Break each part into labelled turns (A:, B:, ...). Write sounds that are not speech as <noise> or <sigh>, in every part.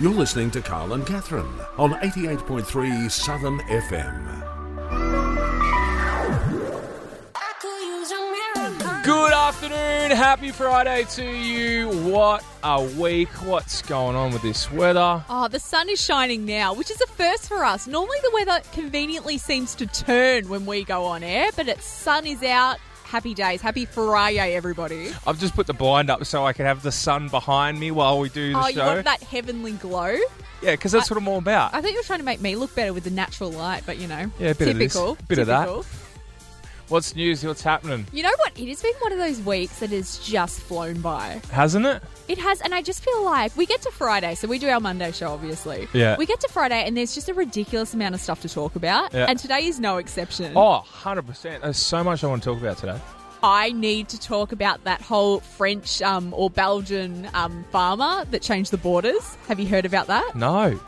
A: You're listening to Carl and Catherine on 88.3 Southern FM.
B: Good afternoon. Happy Friday to you. What a week. What's going on with this weather?
C: Oh, the sun is shining now, which is a first for us. Normally, the weather conveniently seems to turn when we go on air, but it's sun is out. Happy days. Happy Friday, everybody.
B: I've just put the blind up so I can have the sun behind me while we do the
C: oh, you
B: show.
C: want that heavenly glow?
B: yeah, because that's what I'm all about.
C: I thought you were trying to make me look better with the natural light, but you know,
B: Yeah, a bit of this,
C: typical.
B: bit of that.
C: typical.
B: What's news? What's happening?
C: You know what? It has been one of those weeks that has just flown by.
B: Hasn't it?
C: It has, and I just feel like we get to Friday, so we do our Monday show, obviously.
B: Yeah.
C: We get to Friday, and there's just a ridiculous amount of stuff to talk about,
B: Yeah.
C: and today is no exception.
B: Oh, 100%. There's so much I want to talk about today.
C: I need to talk about that whole French um, or Belgian um, farmer that changed the borders. Have you heard about that?
B: No.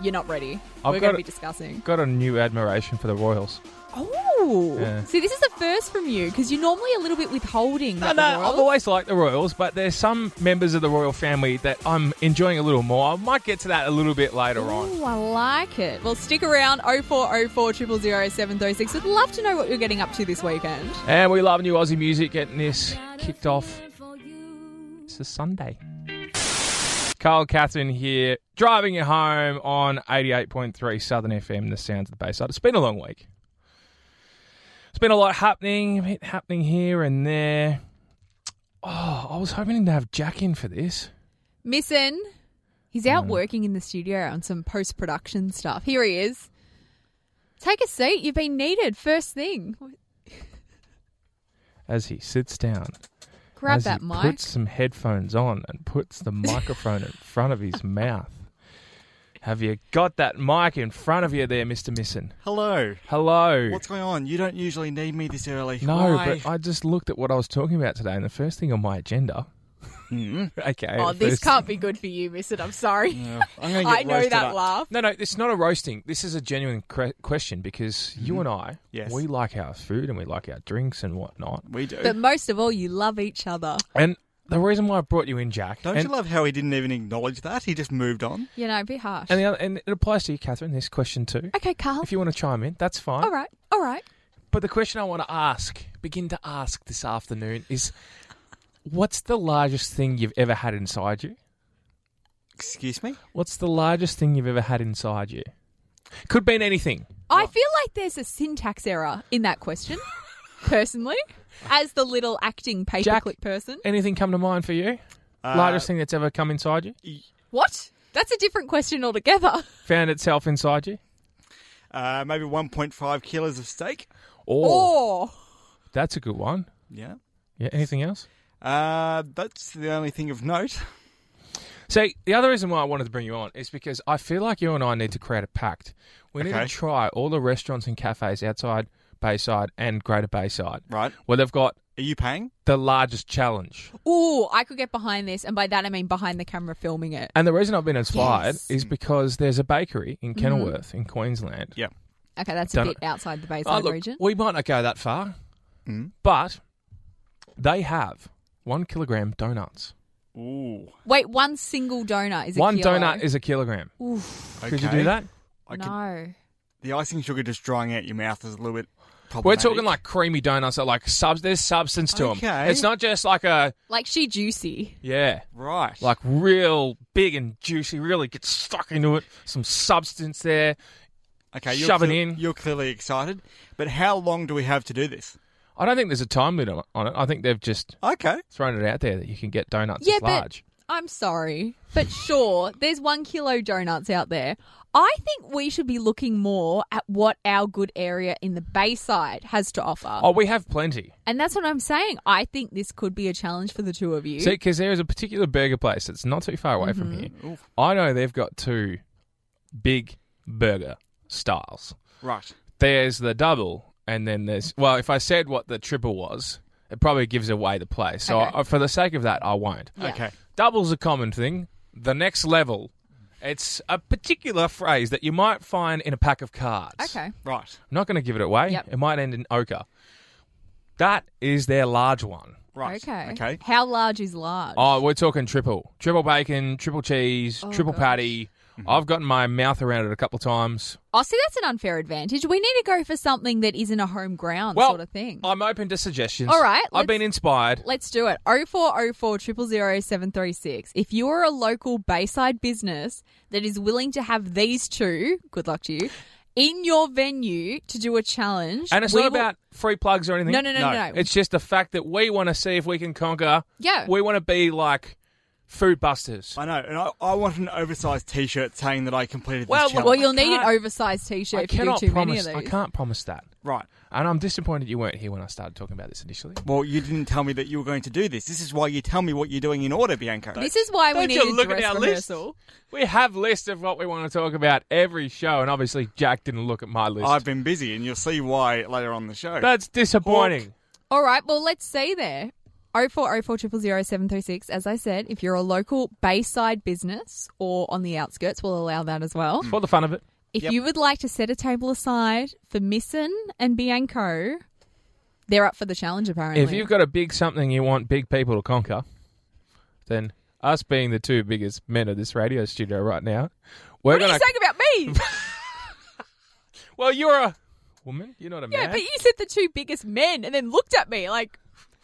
C: You're not ready.
B: I've
C: We're
B: got
C: going
B: it.
C: to be discussing.
B: Got a new admiration for the Royals.
C: Oh,
B: Yeah.
C: see, this is a first from you because you're normally a little bit withholding.
B: No, no, I've always liked the Royals, but there's some members of the Royal family that I'm enjoying a little more. I might get to that a little bit later on.
C: Oh, I like it. Well, stick around. 0404 000 736. We'd love to know what you're getting up to this weekend.
B: And we love new Aussie music, getting this kicked off. It's a Sunday. Carl Catherine here, driving you home on 88.3 Southern FM, the sounds of the Bayside. It's been a long week. It's been a lot happening, a bit happening here and there. Oh, I was hoping to have Jack in for this.
C: Missin, he's
B: Mm.
C: out working in the studio on some post production stuff. Here he is. Take a seat. You've been needed. First thing.
B: As he sits down,
C: Grab
B: as
C: that
B: he
C: mic.
B: puts some headphones on and puts
C: <laughs>
B: the microphone in front of his mouth. Have you got that mic in front of you there, Mr. Missin?
D: Hello.
B: Hello.
D: What's going on? You don't usually need me this early.
B: No,
D: Why? <laughs>
B: but I just looked at what I was talking about today, and the first thing on my agenda. <laughs> okay.
C: oh,
B: the
C: this
B: first-
C: can't be good for you, Missin. I'm sorry.
D: Yeah, I'm gonna get
C: I know
D: roasted
C: that
B: <laughs>
D: up.
C: laugh.
B: No, no, it's not a roasting. This is a genuine cre- question because you and I,
D: Yes.
B: we like our food and we like our drinks and whatnot.
D: We do.
C: But most of all, you love each other.
B: And the reason why I brought you in, Jack,
D: don't
B: and,
D: you love how he didn't even acknowledge that? He just moved on.
C: You know, be harsh.
B: and, the other, and it applies to you, Catherine. This question too.
C: okay, Carl.
B: If you want to chime in, that's fine.
C: all right. All right.
B: But the question I want to ask, begin to ask this afternoon, is what's the largest thing you've ever had inside you?
D: Excuse me?
B: What's the largest thing you've ever had inside you? Could mean anything.
C: I feel like there's a syntax error in
B: <laughs>
C: that question, personally, as the little acting
B: Jack-
C: paperclip person.
B: Anything come to mind for you? largest thing that's ever come inside you?
C: What? That's a different question altogether.
B: Found itself inside you?
D: Uh, maybe 1.5 kilos of steak.
B: Oh,
C: Oh.
B: that's a good one.
D: Yeah.
B: Yeah, anything else?
D: Uh, that's the only thing of note.
B: So the other reason why I wanted to bring you on is because I feel like you and I need to create a pact. We need
D: Okay.
B: to try all the restaurants and cafes outside Bayside and Greater Bayside.
D: Right.
B: Where they've got
D: Are you paying?
B: the largest challenge.
C: Ooh, I could get behind this, and by that I mean behind the camera filming it.
B: And the reason I've been inspired
C: Yes.
B: is because there's a bakery in Kenilworth in Queensland.
D: Yeah.
C: Okay, that's
B: Done
C: a bit outside the
B: Oh,
C: Bayside
B: look,
C: region.
B: we might not go that far,
D: Mm.
B: but they have one kilogram donuts.
D: Ooh.
C: Wait, one single donut is a
B: one
C: kilo.
B: donut is a kilogram.
C: Oof,
D: Okay.
B: Could you do that?
D: I
C: no.
D: could- the icing sugar just drying out your mouth is a little bit
B: We're
D: problematic.
B: talking like creamy donuts that like sub. There's substance to them.
D: Okay.
B: It's not just like a
C: Like she juicy.
B: yeah,
D: Right.
B: like real big and juicy. Really gets stuck into it. Some substance there.
D: okay, you're
B: shove it
D: cle-
B: in.
D: You're clearly excited. But how long do we have to do this?
B: I don't think there's a time limit on- on it. I think they've just
D: Okay.
B: thrown it out there that you can get donuts
C: Yeah,
B: as
C: but-
B: large.
C: I'm sorry, but sure, there's one kilo donuts out there. I think we should be looking more at what our good area in the Bayside has to offer.
B: Oh, we have plenty.
C: And that's what I'm saying. I think this could be a challenge for the two of you.
B: See, because there is a particular burger place that's not too far away from here.
C: Mm-hmm.
D: Oof.
B: I know they've got two big burger styles.
D: Right.
B: There's the double, and then there's well, if I said what the triple was, it probably gives away the place. So,
C: Okay.
B: I, for the sake of that, I won't.
C: Yeah.
D: Okay.
B: Double's a common thing. The next level, it's a particular phrase that you might find in a pack of cards.
C: Okay.
D: Right.
B: I'm not going to give it away.
C: Yep.
B: It might end in ochre. That is their large one.
D: Right.
C: Okay.
D: Okay.
C: How large is large?
B: Oh, we're talking triple. Triple bacon, triple cheese,
C: Oh,
B: triple
C: gosh.
B: patty, I've gotten my mouth around it a couple of times.
C: Oh, see, that's an unfair advantage. We need to go for something that isn't a home ground
B: Well,
C: sort of thing.
B: I'm open to suggestions.
C: All right,
B: I've
C: let's-
B: been inspired.
C: Let's do it. 0404 000 736. If you're a local Bayside business that is willing to have these two, good luck to you, in your venue to do a challenge.
B: And it's
C: we
B: not
C: will-
B: about free plugs or anything.
C: No, no, no, no, no.
B: It's just the fact that we want to see if we can conquer.
C: Yeah.
B: We want to be like food busters.
D: I know, and I, I want an oversized T-shirt saying that I completed
B: Well,
D: this challenge.
C: Well, you'll need an
B: can't-
C: oversized t shirt
B: I
C: if you do
B: cannot
C: too
B: promise.
C: many
B: I
C: of these.
B: can't promise that.
D: right.
B: And I'm disappointed you weren't here when I started talking about this initially.
D: Well, you didn't tell me that you were going to do this. This is why you tell me what you're doing in order, Bianca.
C: This is why we
B: Don't
C: need
B: you
C: a
B: look at
C: dress
B: our list?
C: rehearsal.
B: We have lists of what we want to talk about every show, and obviously Jack didn't look at my list.
D: I've been busy, and you'll see why later on the show.
B: That's disappointing.
C: All right, well, let's see there. 0404 000 736. As I said, if you're a local Bayside business or on the outskirts, we'll allow that as well.
B: For the fun of it.
C: If
D: Yep.
C: you would like to set a table aside for Misson and Bianco, they're up for the challenge apparently.
B: If you've got a big something you want big people to conquer, then us being the two biggest men of this radio studio right now, we're
C: what are
B: gonna.
C: you saying
B: <laughs>
C: about me? <laughs>
B: Well, you're a woman. You're not a
C: yeah,
B: man.
C: but you said the two biggest men and then looked at me like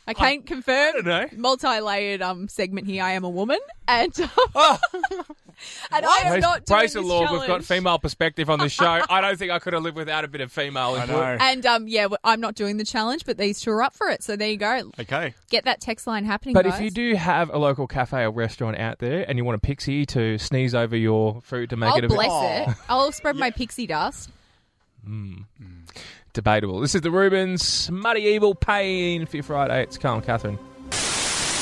C: I can't confirm.
B: don't know.
C: Multi-layered um segment here. I am a woman, and <laughs> um,
B: Oh.
C: and I am
B: Praise,
C: not doing
B: praise the
C: this
B: Lord, we've got
C: challenge.
B: female perspective on the
C: <laughs>
B: show. I don't think I could have lived without a bit of female
D: I
B: input.
D: know.
C: And um, yeah, w- I'm not doing the challenge, but these two are up for it. So there you go.
D: Okay.
C: Get that text line happening.
B: But if
C: guys.
B: you do have a local cafe or restaurant out there and you want a pixie to sneeze over your food to make
C: I'll
B: it a
C: bless
B: bit Oh.
D: Aw.
C: it.
B: <laughs>
C: I'll spread my pixie dust.
B: debatable. This is the Rubens Muddy Evil Pain for your Friday. It's Carl and Catherine.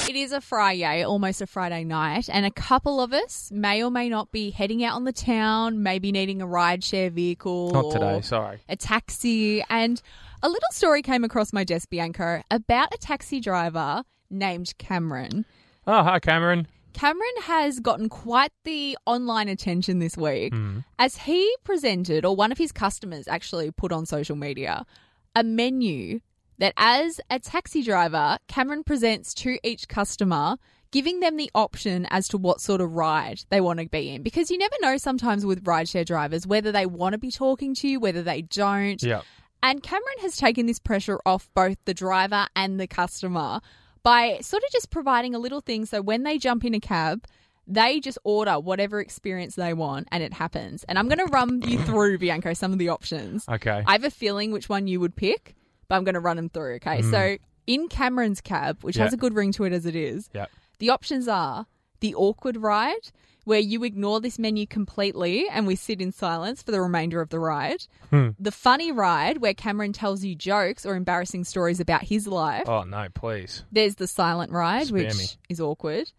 C: It is a Friday, almost a Friday night, and a couple of us may or may not be heading out on the town, maybe needing a rideshare vehicle.
B: Not
C: or
B: today, sorry.
C: A taxi. And a little story came across my desk, Bianco, about a taxi driver named Cameron.
B: Oh, hi, Cameron.
C: Cameron has gotten quite the online attention this week as he presented, or one of his customers actually put on social media, a menu that, as a taxi driver, Cameron presents to each customer, giving them the option as to what sort of ride they want to be in. Because you never know sometimes with rideshare drivers whether they want to be talking to you, whether they don't.
B: Yeah.
C: And Cameron has taken this pressure off both the driver and the customer by sort of just providing a little thing so when they jump in a cab, they just order whatever experience they want and it happens. And I'm going to run you through, Bianco, some of the options.
B: Okay.
C: I have a feeling which one you would pick, but I'm going to run them through, okay? So in Cameron's cab, which has
B: Hmm. Yeah.
C: a good ring to it as it is,
B: yeah.
C: the options are the awkward ride, where you ignore this menu completely and we sit in silence for the remainder of the ride. The funny ride, where Cameron tells you jokes or embarrassing stories about his life.
B: Oh, no, please.
C: There's the silent ride,
B: Spare
C: which
B: me.
C: is awkward.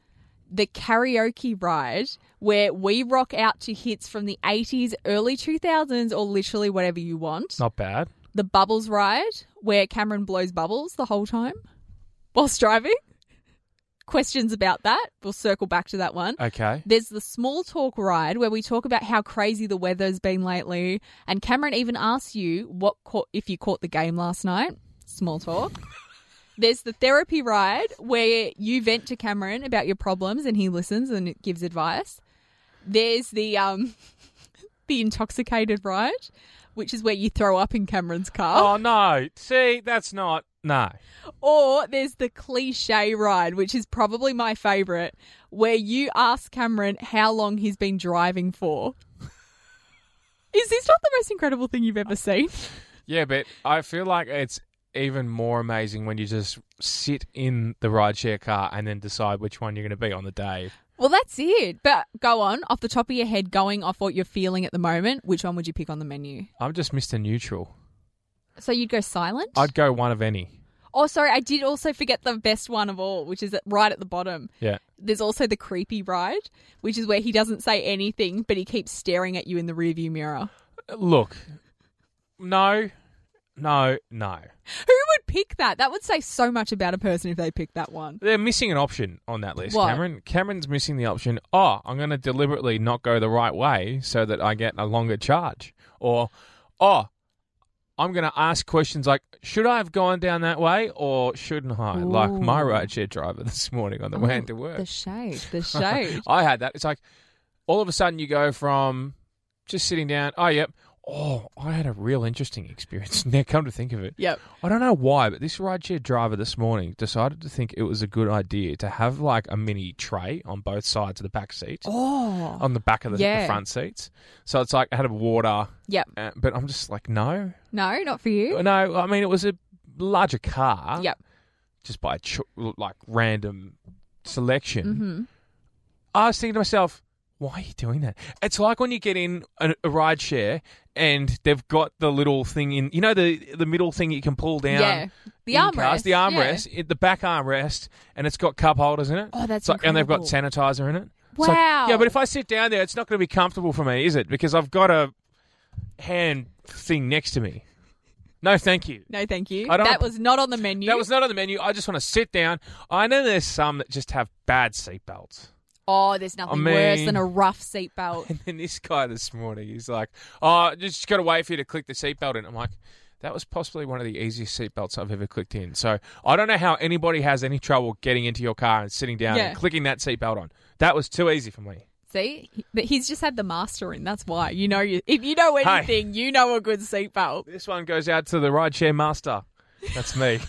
C: The karaoke ride, where we rock out to hits from the 80s, early 2000s, or literally whatever you want.
B: Not bad.
C: The bubbles ride, where Cameron blows bubbles the whole time whilst driving. Questions about that? We'll circle back to that one.
B: Okay.
C: There's the small talk ride where we talk about how crazy the weather's been lately, and Cameron even asks you what caught, if you caught the game last night. Small talk. There's the therapy ride where you vent to Cameron about your problems and he listens and gives advice. There's the um <laughs> the intoxicated ride, which is where you throw up in Cameron's car.
B: Oh, no. See, that's not. No.
C: Or there's the cliche ride, which is probably my favorite, where you ask Cameron how long he's been driving for. Is this not the most incredible thing you've ever seen?
B: Yeah, but I feel like it's even more amazing when you just sit in the rideshare car and then decide which one you're going to be on the day.
C: Well, that's it. But go on, off the top of your head, going off what you're feeling at the moment, which one would you pick on the menu?
B: I'm just Mr. Neutral.
C: So you'd go silent?
B: I'd go one of any.
C: oh, sorry, I did also forget the best one of all, which is at- right at the bottom.
B: Yeah.
C: There's also the creepy ride, which is where he doesn't say anything, but he keeps staring at you in the rearview mirror.
B: Look, no, no, no.
C: Who would pick that? That would say so much about a person if they picked that one.
B: They're missing an option on that list,
C: What?
B: Cameron. Cameron's missing the option. Oh, I'm going to deliberately not go the right way so that I get a longer charge. Or, oh, I'm going to ask questions like, should I have gone down that way or shouldn't I? Like my <laughs>
C: Ooh.
B: rideshare driver this morning on the way into work. <laughs>
C: The shade, the shade.
B: I had that. It's like, all of a sudden you go from just sitting down, oh, yep, oh, I had a real interesting experience. <laughs> Now, come to think of it,
C: Yep.
B: I don't know why, but this rideshare driver this morning decided to think it was a good idea to have like a mini tray on both sides of the back seats,
C: Oh.
B: on the back of the,
C: Yeah.
B: the front seats. So it's like I had a water,
C: Yep.
B: uh, but I'm just like, no,
C: No, not for you.
B: no. I mean, it was a larger car,
C: Yep.
B: just by ch- like random selection.
C: Mm-hmm.
B: I was thinking to myself, why are you doing that? It's like when you get in a, a ride share and they've got the little thing in, you know, the the middle thing you can pull down.
C: Yeah. The
B: in
C: armrest.
B: cars, the
C: yeah.
B: armrest, it- the back armrest, and it's got cup holders in it.
C: Oh, that's
B: It's like- and they've got
C: incredible.
B: sanitizer in it. It's like,
C: Wow.
B: yeah, but if I sit down there, it's not going to be comfortable for me, is it? Because I've got a hand thing next to me. No, thank you.
C: No, thank you.
B: I don't-
C: That was not on the menu.
B: That was not on the menu. I just want to sit down. I know there's some that just have bad seatbelts.
C: Oh, there's nothing
B: I
C: worse
B: mean-
C: than a rough
B: <laughs>
C: seatbelt.
B: And then this guy this morning, he's like, "Oh, just got to wait for you to click the seatbelt in." I'm like, "That was possibly one of the easiest seatbelts I've ever clicked in." So I don't know how anybody has any trouble getting into your car and sitting down
C: Yeah.
B: and clicking that seatbelt on. That was too easy for me.
C: See, He- but he's just had the master in. That's why you know you, if you know anything, you know a good seatbelt.
B: This one goes out to the rideshare master. That's me.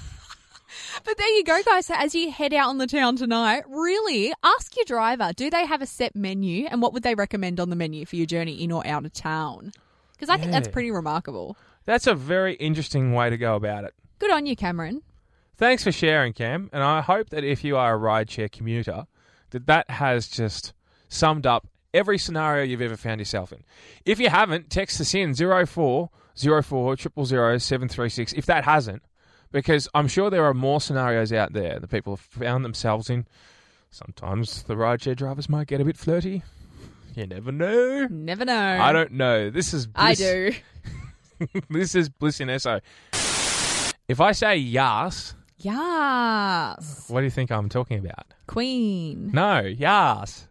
C: But there you go, guys. So as you head out on the town tonight, really ask your driver: Do they have a set menu, and what would they recommend on the menu for your journey in or out of town? Because I think that's
B: Yeah.
C: pretty remarkable.
B: That's a very interesting way to go about it.
C: Good on you, Cameron.
B: Thanks for sharing, Cam. And I hope that if you are a rideshare commuter, that that has just summed up every scenario you've ever found yourself in. If you haven't, text us in 0404 736 if that hasn't, because I'm sure there are more scenarios out there that people have found themselves in. Sometimes the rideshare drivers might get a bit flirty. You never know.
C: Never know.
B: I don't know. This is
C: I
B: bliss-
C: do.
B: <laughs> this is bliss in SO. If I say yas,
C: Yes,
B: what do you think I'm talking about?
C: Queen.
B: No, Yas.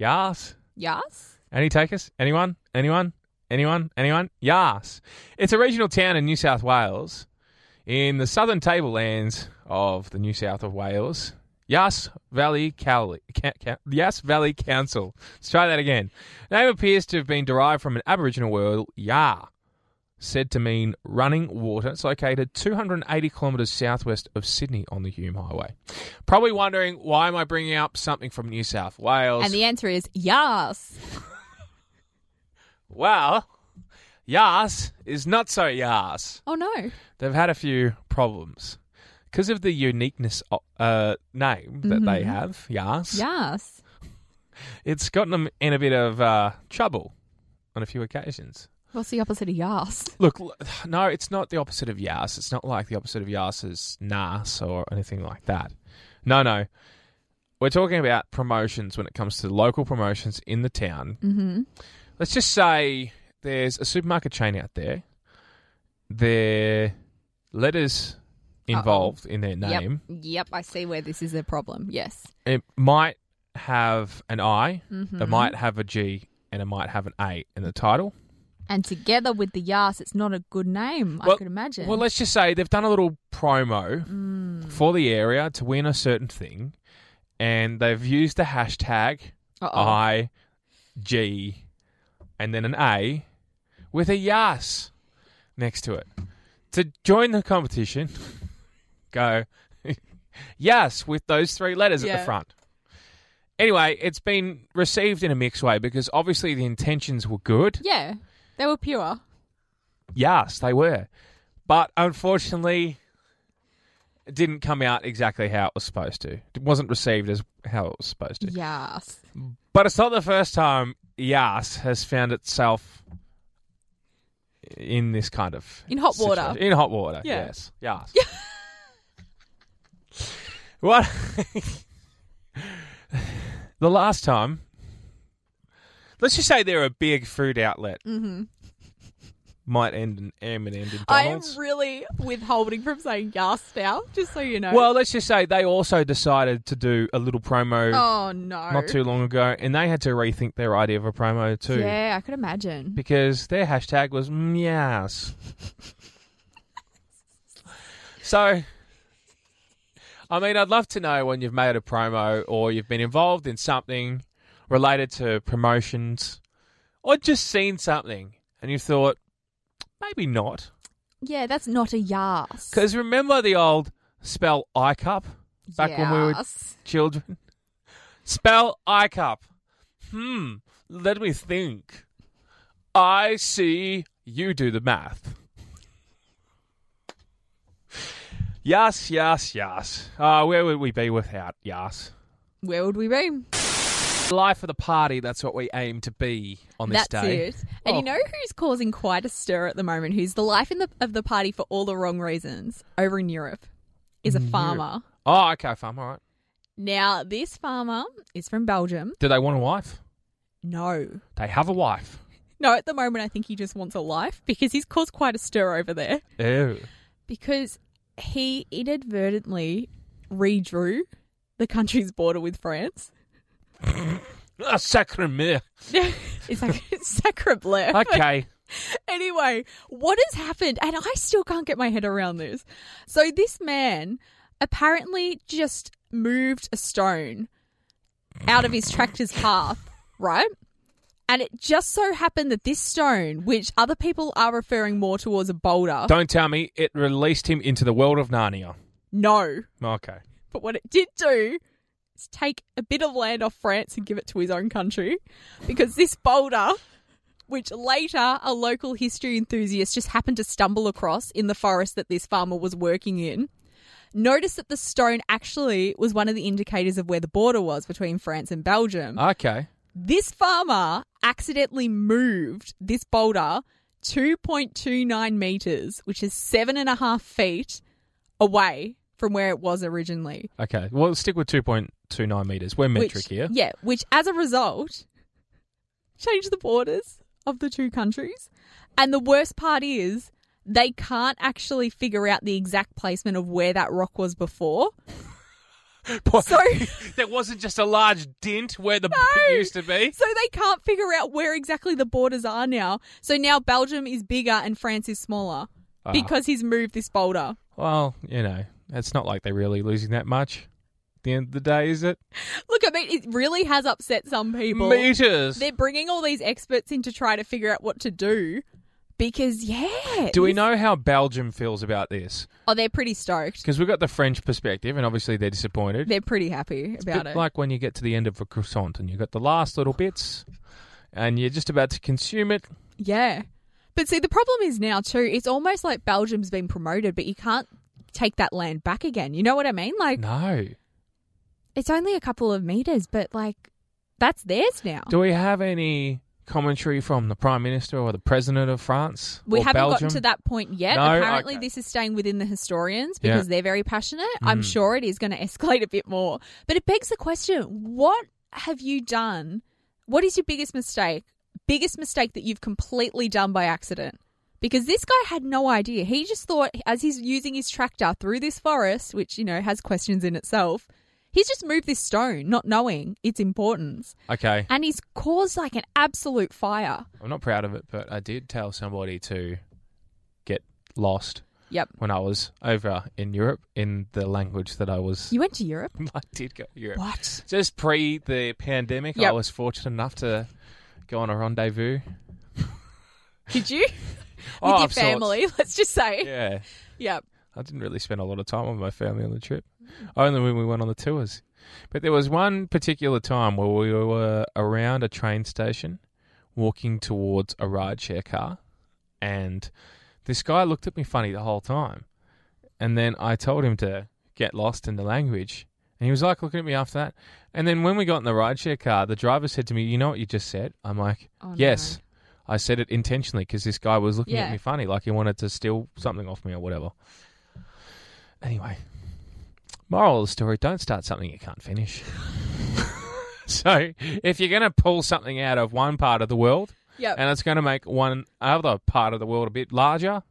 B: Yas.
C: Yes.
B: Any takers? Anyone? Anyone? Anyone? Anyone? Yas. It's a regional town in New South Wales in the southern tablelands of the New South of Wales. Yas Valley Cowley, Ca- Ca- Yas Valley Council. Let's try that again. Name appears to have been derived from an Aboriginal word, Yah, said to mean running water. It's located 280 kilometres southwest of Sydney on the Hume Highway. Probably wondering why am I bringing up something from New South Wales?
C: And the answer is yes.
B: Well, Yas is not so Yas.
C: Oh no.
B: They've had a few problems because of the uniqueness of, uh, name that they have, Yas.
C: Yes.
B: It's gotten them in a bit of uh, trouble on a few occasions.
C: What's the opposite of yes?
B: Look, l- <sighs> no, it's not the opposite of Yas. It's not like the opposite of Yas is Nas or anything like that. No, no. We're talking about promotions when it comes to local promotions in the town
C: Mm-hmm.
B: let's just say there's a supermarket chain out there. Their letters involved in their name.
C: Yep. yep, I see where this is a problem. Yes.
B: It might have an I,
C: Mm-hmm.
B: it might have a G, and it might have an A in the title.
C: And together with the Yas, it's not a good name, I
B: Well-
C: could imagine. Mm.
B: Well, let's just say they've done a little promo for the area to win a certain thing, and they've used the hashtag
C: Uh-oh.
B: I, G, and then an A with a Yas next to it. To join the competition, <laughs> go <laughs> Yas with those three letters at
C: Yeah.
B: the front. Anyway, it's been received in a mixed way because obviously the intentions were good.
C: yeah, they were pure.
B: Yes, they were. But unfortunately, it didn't come out exactly how it was supposed to. It wasn't received as how it was supposed to.
C: Yes.
B: But it's not the first time Yas has found itself in this kind of
C: In hot water.
B: situation. In hot water,
C: Yeah.
B: yes,
C: <laughs>
B: Yas. what? the last time, let's just say they're a big food outlet.
C: Mm-hmm.
B: Might end in M and end in
C: I am
B: Donald's.
C: really withholding from saying Yas now, just so you know.
B: well, let's just say they also decided to do a little promo
C: oh no.
B: not too long ago, and they had to rethink their idea of a promo too.
C: Yeah, I could imagine.
B: because their hashtag was meows. so, I mean, I'd love to know when you've made a promo or you've been involved in something related to promotions, or just seen something and you thought, maybe not.
C: Yeah, that's not a yas.
B: Because remember the old spell I cup back when we were
C: Yas.
B: children? Spell I cup. Hmm, let me think. I see you do the math. Yes, yes, yes. Uh, where would we be without yes?
C: Where would we be?
B: Life of the party, that's what we aim to be on this
C: That's
B: day. Oh.
C: it. And you know who's causing quite a stir at the moment? Who's the life in the, of the party for all the wrong reasons over in Europe? Is a farmer.
B: Oh, okay, fam, all right.
C: Now, this farmer is from Belgium.
B: Do they want a wife?
C: No.
B: They have a wife.
C: No, at the moment, I think he just wants a life because he's caused quite a stir over there.
B: Ew.
C: Because he inadvertently redrew the country's border with France.
B: Ah, sacre
C: <laughs>
B: mire.
C: it's like sacre bleu.
B: Okay.
C: Anyway, what has happened? And I still can't get my head around this. So, this man apparently just moved a stone out of his tractor's path, right? And it just so happened that this stone, which other people are referring more towards a boulder,
B: Don't tell me it released him into the world of Narnia.
C: no.
B: Okay.
C: But what it did do is take a bit of land off France and give it to his own country because this boulder, which later a local history enthusiast just happened to stumble across in the forest that this farmer was working in, noticed that the stone actually was one of the indicators of where the border was between France and Belgium.
B: Ah. Okay.
C: This farmer accidentally moved this boulder 2.29 meters, which is seven and a half feet away from where it was originally.
B: Okay. Well, stick with 2.29 metres. We're metric
C: which,
B: here.
C: Yeah, which as a result changed the borders of the two countries. And the worst part is they can't actually figure out the exact placement of where that rock was before.
B: <laughs>
C: <laughs> So
B: there wasn't just a large dint where the
C: No.
B: used to be.
C: so they can't figure out where exactly the borders are now. So now Belgium is bigger and France is smaller
B: Ah.
C: because he's moved this boulder.
B: Well, you know, it's not like they're really losing that much. At the end of the day, is it?
C: Look, I mean, it really has upset some people.
B: Meters.
C: They're bringing all these experts in to try to figure out what to do because, yeah.
B: Do we know how Belgium feels about this?
C: Oh, they're pretty stoked.
B: Because we've got the French perspective, and obviously they're disappointed.
C: They're pretty happy about
B: bit
C: it.
B: like when you get to the end of a croissant and you've got the last little bits and you're just about to consume it.
C: yeah. But see, the problem is now, too, it's almost like Belgium's been promoted, but you can't take that land back again. You know what I mean? Like,
B: No.
C: it's only a couple of meters, but like, that's theirs now.
B: Do we have any commentary from the Prime Minister or the President of France?
C: we
B: or
C: haven't
B: Belgium?
C: gotten to that point yet.
B: No?
C: Apparently,
B: Okay.
C: this is staying within the historians
B: Yeah. Mm.
C: because they're very passionate. I'm sure it is going to <laughs> escalate a bit more. But it begs the question what have you done? What is your biggest mistake? Biggest mistake that you've completely done by accident? Because this guy had no idea. He just thought, as he's using his tractor through this forest, which, you know, has questions in itself, he's just moved this stone, not knowing its importance.
B: Okay.
C: And he's caused like an absolute fire.
B: I'm not proud of it, but I did tell somebody to get lost
C: Yep.
B: when I was over in Europe in the language that I was.
C: You went to Europe?
B: <laughs> I did go to Europe.
C: What?
B: Just pre the pandemic, I
C: Yep.
B: was fortunate enough to go on a rendezvous. <laughs>
C: Did you? with
B: Oh,
C: your
B: of sorts.
C: family, <laughs> let's just say. Yep.
B: <laughs> Yeah. I didn't really spend a lot of time with my family on the trip,
C: Mm.
B: only when we went on the tours. But there was one particular time where we were around a train station, walking towards a rideshare car, and this guy looked at me funny the whole time. And then I told him to get lost in the language, and he was like looking at me after that. And then when we got in the rideshare car, the driver said to me, "You know what you just said?" I'm like,
C: Oh, no.
B: "Yes." I said it intentionally because this guy was looking at
C: Yeah.
B: me funny, like he wanted to steal something off me or whatever. Anyway, moral of the story: don't start something you can't finish. <laughs> so, if you're going to pull something out of one part of the world
C: Yep.
B: and it's going to make one other part of the world a bit larger,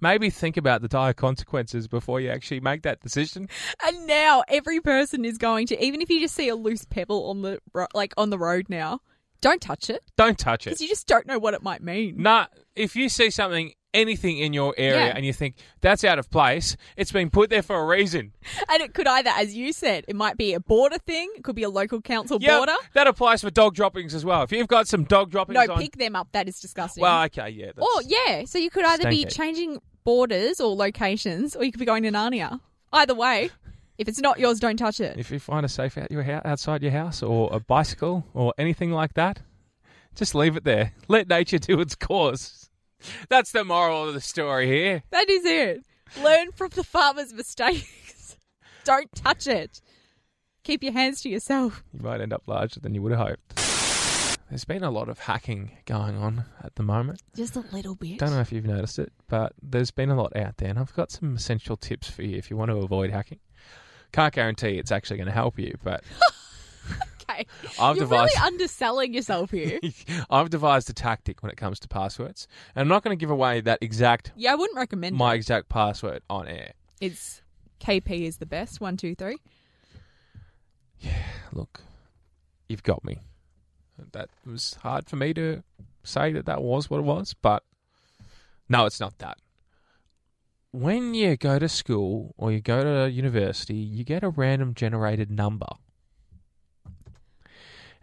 B: maybe think about the dire consequences before you actually make that decision.
C: And now every person is going to, even if you just see a loose pebble on the ro- like on the road now, don't touch it
B: Don't touch it.
C: because you just don't know what it might mean.
B: Nah, if you see something anything in your area
C: Yeah.
B: and you think that's out of place, it's been put there for a reason.
C: And it could either, as you said, it might be a border thing. It could be a local council
B: Yeah,
C: border.
B: that applies for dog droppings as well. If you've got some dog droppings
C: No,
B: on,
C: pick them up. That is disgusting.
B: well, okay, yeah, that's,
C: or yeah, so you could either be
B: Stanky.
C: changing borders or locations, or you could be going to Narnia. Either way, if it's not yours, don't touch it.
B: if you find a safe out your house, outside your house or a bicycle or anything like that, just leave it there. Let nature do its course. That's the moral of the story here.
C: That is it. Learn from the farmer's mistakes. <laughs> don't touch it. Keep your hands to yourself.
B: You might end up larger than you would have hoped. There's been a lot of hacking going on at the moment.
C: Just a little bit.
B: Don't know if you've noticed it, but there's been a lot out there, and I've got some essential tips for you if you want to avoid hacking. Can't guarantee it's actually going to help you, but
C: Okay.
B: I've
C: You're
B: devised
C: really underselling
B: <laughs>
C: yourself here.
B: I've devised a tactic when it comes to passwords, and I'm not going to give away that exact
C: yeah, I wouldn't recommend
B: my exact password on air.
C: it. It's KP is the best. One, two, three.
B: Look, you've got me. That was hard for me to say that that was what it was, but no, it's not that. When you go to school or you go to university, you get a random generated number.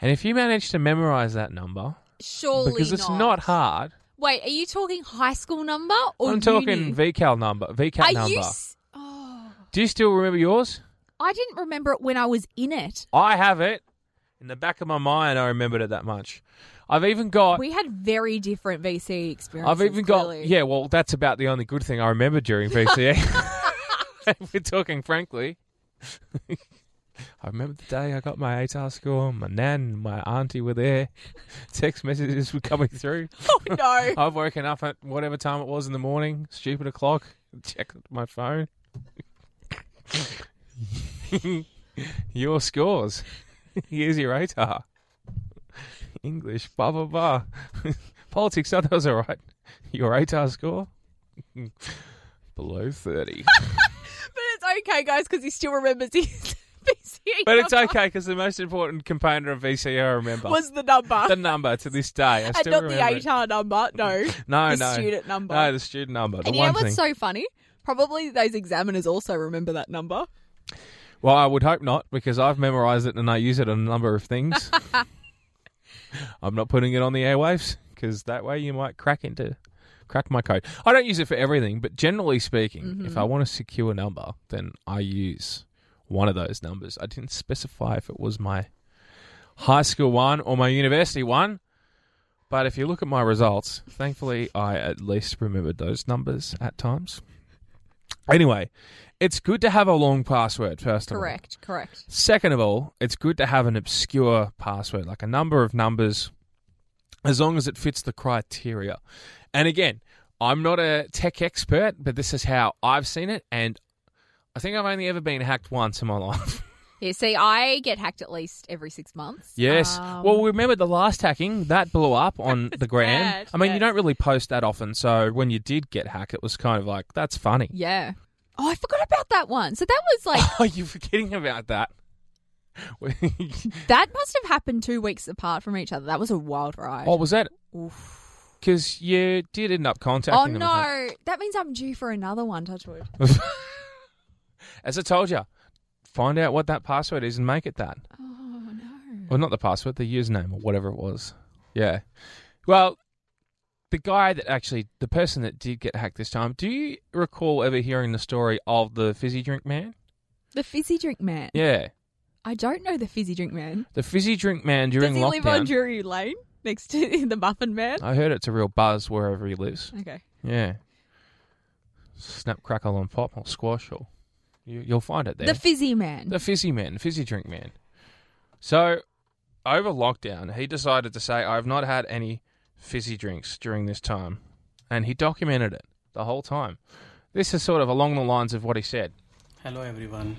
B: And if you manage to memorize that number,
C: Surely
B: because it's not hard,
C: Wait, are you talking high school number or
B: I'm
C: uni?
B: talking VCAL number, VCAT
C: Are
B: number.
C: you? s- Oh,
B: Do you still remember yours?
C: I didn't remember it when I was in it.
B: I have it in the back of my mind. I remembered it that much. I've even got.
C: We had very different VC experiences.
B: Uh, I've even
C: clearly.
B: got. Yeah, well, that's about the only good thing I remember during VCE. <laughs> If We're talking frankly. <laughs> I remember the day I got my ATAR score. My nan and my auntie were there. <laughs> Text messages were coming through.
C: <laughs> Oh no.
B: I've woken up at whatever time it was in the morning, stupid o'clock, checked my phone. <laughs> your scores. Here's your ATAR. English, blah, blah, blah. <laughs> Politics, oh, that was all right. Your ATAR score? <laughs> Below 30.
C: but it's okay, guys, because he still remembers his <laughs> VC.
B: but it's
C: number
B: okay because the most important component of VCO I remember
C: Was the number
B: the number to this day. I
C: <laughs> and
B: still
C: not the
B: remember it.
C: ATAR number?
B: <laughs>
C: No,
B: No,
C: the
B: no.
C: student number.
B: No, the student number. The
C: and you
B: one
C: know what's
B: thing.
C: so funny? Probably those examiners also remember that number.
B: Well, I would hope not because I've memorized it and I use it on a number of things. I'm not putting it on the airwaves because that way you might crack into crack my code. I don't use it for everything, but generally speaking, if I want to secure a number, then I use one of those numbers. I didn't specify if it was my high school one or my university one. But if you look at my results, thankfully I at least remembered those numbers at times. Anyway, it's good to have a long password first of all.
C: Correct, correct.
B: Second of all, it's good to have an obscure password, like a number of numbers, as long as it fits the criteria. And again, I'm not a tech expert, but this is how I've seen it, and I think I've only ever been hacked once in my <laughs> life.
C: Yeah, see, I get hacked at least every six months.
B: yes.
C: Um,
B: well, remember the last hacking that blew up
C: <laughs>
B: on the gram.
C: bad,
B: I mean, you
C: yes.
B: don't really post that often, so when you did get hacked, it was kind of like that's funny. <laughs>
C: yeah. Oh, I forgot about that one. So that was like
B: Oh, you're forgetting about that. <laughs>
C: That must have happened two weeks apart from each other. That was a wild ride.
B: what was that?
C: Oof.
B: Because you did end up contacting
C: Oh
B: them. I
C: no,
B: think.
C: that means I'm due for another one. Touchwood.
B: <laughs>
C: <laughs>
B: As I told you, find out what that password is and make it that.
C: Oh no.
B: Well, not the password, the username or whatever it was. Yeah. Well, the guy that actually, the person that did get hacked this time, do you recall ever hearing the story of the fizzy drink
C: <laughs>
B: man?
C: The fizzy drink man.
B: Yeah.
C: I don't know the fizzy drink man.
B: The fizzy drink man during
C: Does he live on
B: lockdown.
C: Drury Lane next to <laughs> the Muffin Man?
B: I heard it's a real buzz wherever he lives.
C: Okay.
B: Yeah. Snap, crackle, and pop, or squash, or you, you'll find it there.
C: The fizzy man.
B: The fizzy man, fizzy drink man. So, over lockdown, he decided to say, I've not had any fizzy drinks during this time. And he documented it the whole time. This is sort of along the lines of what he said.
E: Hello everyone.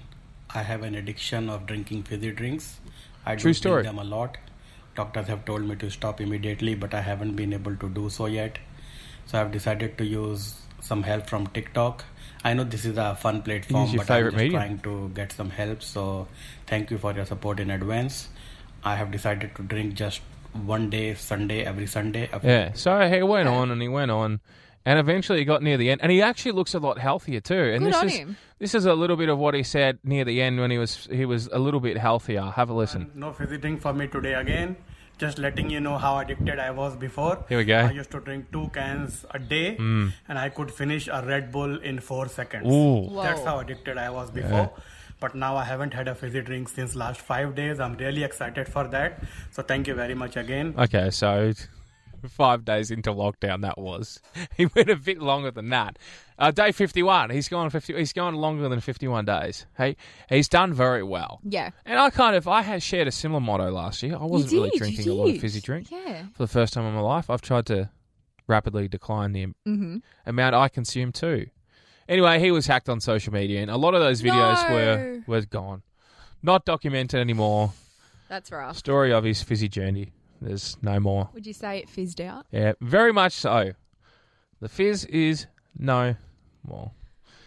E: I have an addiction of drinking fizzy drinks. I
B: True
E: do
B: story.
E: drink them a lot. Doctors have told me to stop immediately, but I haven't been able to do so yet. So I've decided to use some help from TikTok. I know this is a fun platform,
B: your
E: but I'm
B: favorite
E: just
B: medium.
E: trying to get some help. So thank you for your support in advance. I have decided to drink just one day Sunday every Sunday.
B: Yeah. So he went on and he went on. And eventually he got near the end, and he actually looks a lot healthier too. And
C: Good
B: this
C: on
B: is
C: him.
B: this is a little bit of what he said near the end when he was he was a little bit healthier. Have a listen.
E: Uh, No visiting for me today again. Just letting you know how addicted I was before.
B: Here we go.
E: I used to drink two cans a day, and I could finish a Red Bull in four seconds.
B: Ooh,
E: That's
C: Whoa.
E: how addicted I was before. But now I haven't had a fizzy drink since last five days. I'm really excited for that. So thank you very much again.
B: okay, so <laughs> five days into lockdown that was. <laughs> He went a bit longer than that. Uh, day fifty-one, he's gone fifty. He's gone longer than fifty-one days. Hey, he's done very well.
C: Yeah.
B: And I kind of I had shared a similar motto last year. I wasn't really
C: did, you
B: drinking a lot of
C: did.
B: fizzy drink
C: Yeah.
B: for the first time in my life. I've tried to rapidly decline the
C: Mm-hmm.
B: amount I consume too. Anyway, he was hacked on social media, and a lot of those videos
C: No.
B: were were gone, not documented anymore.
C: That's rough.
B: Story of his fizzy journey. There's no more.
C: Would you say it fizzed out?
B: Yeah, very much so. The fizz is no more.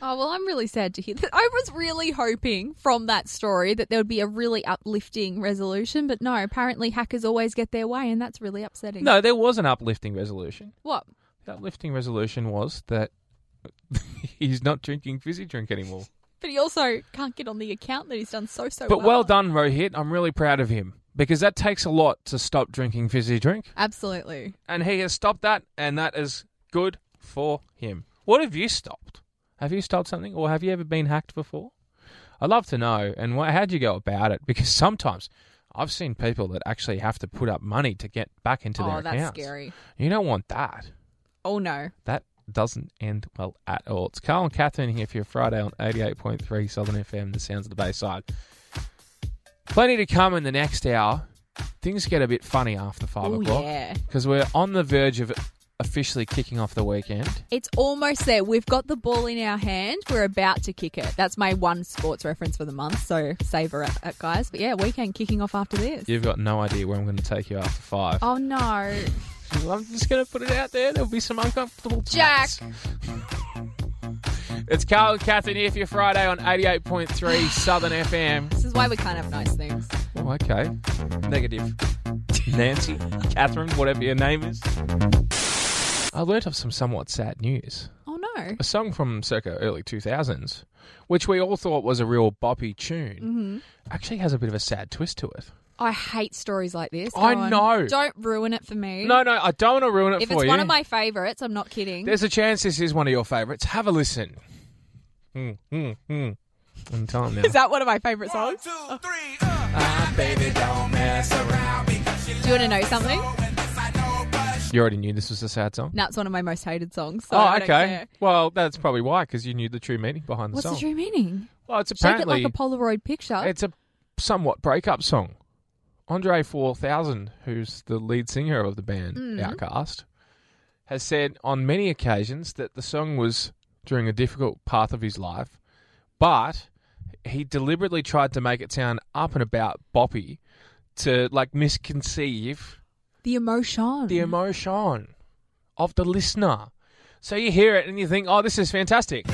C: Oh, well, I'm really sad to hear that. I was really hoping from that story that there would be a really uplifting resolution, but no, apparently hackers always get their way, and that's really upsetting.
B: No, there was an uplifting resolution.
C: What?
B: The uplifting resolution was that <laughs> he's not drinking fizzy drink anymore.
C: But he also can't get on the account that he's done so, so
B: But
C: well.
B: well done, Rohit. I'm really proud of him because that takes a lot to stop drinking fizzy drink.
C: Absolutely.
B: and he has stopped that, and that is good for him. What have you stopped? Have you stopped something, or have you ever been hacked before? I'd love to know. And wha- how'd you go about it? <laughs> Because sometimes I've seen people that actually have to put up money to get back into
C: oh,
B: their
C: that's
B: accounts.
C: scary.
B: You don't want that.
C: Oh, no.
B: That doesn't end well at all. It's Carl and Catherine here for your Friday on 88.3 Southern FM, the sounds of the Bayside. Plenty to come in the next hour. Things get a bit funny after five
C: Oh,
B: o'clock
C: yeah.
B: because we're on the verge of officially kicking off the weekend.
C: It's almost there. We've got the ball in our hand. We're about to kick it. That's my one sports reference for the month, so savor it, uh, guys. But yeah, weekend kicking off after this.
B: You've got no idea where I'm going to take you after five.
C: Oh, no.
B: I'm just going to put it out there. There'll be some uncomfortable
C: Jack.
B: chats. It's Carl and Catherine here for your Friday on 88.3 Southern FM.
C: This is why we can't have nice things.
B: Oh, okay. Negative. Nancy, Catherine, whatever your name is. I learnt of some somewhat sad news.
C: Oh, no.
B: A song from circa early 2000s, which we all thought was a real boppy tune,
C: Mm-hmm.
B: actually has a bit of a sad twist to it.
C: I hate stories like this.
B: I
C: Go on.
B: know.
C: Don't ruin it for me.
B: No, no, I don't want to ruin it
C: If
B: for
C: it's
B: you.
C: one of my favorites, I'm not kidding.
B: There's a chance this is one of your favourites. Have a listen. Mm, mm, mm. I'm telling now.
C: <laughs> Is that one of my favorite songs? Do you want to know something?
B: You already knew this was a sad song.
C: No, it's one of my most hated songs. So I
B: oh,
C: don't
B: okay.
C: care.
B: Well, that's probably why, because you knew the true meaning behind the
C: What's
B: song.
C: the true meaning?
B: Well, it's
C: Shake it
B: apparently
C: like a Polaroid picture.
B: it's a somewhat breakup song. Andre 4000, who's the lead singer of the band Outcast, has said on many occasions that the song was during a difficult path of his life, but he deliberately tried to make it sound up and about boppy to like misconceive
C: the emotion.
B: the emotion of the listener. So you hear it and you think, "Oh, this is fantastic."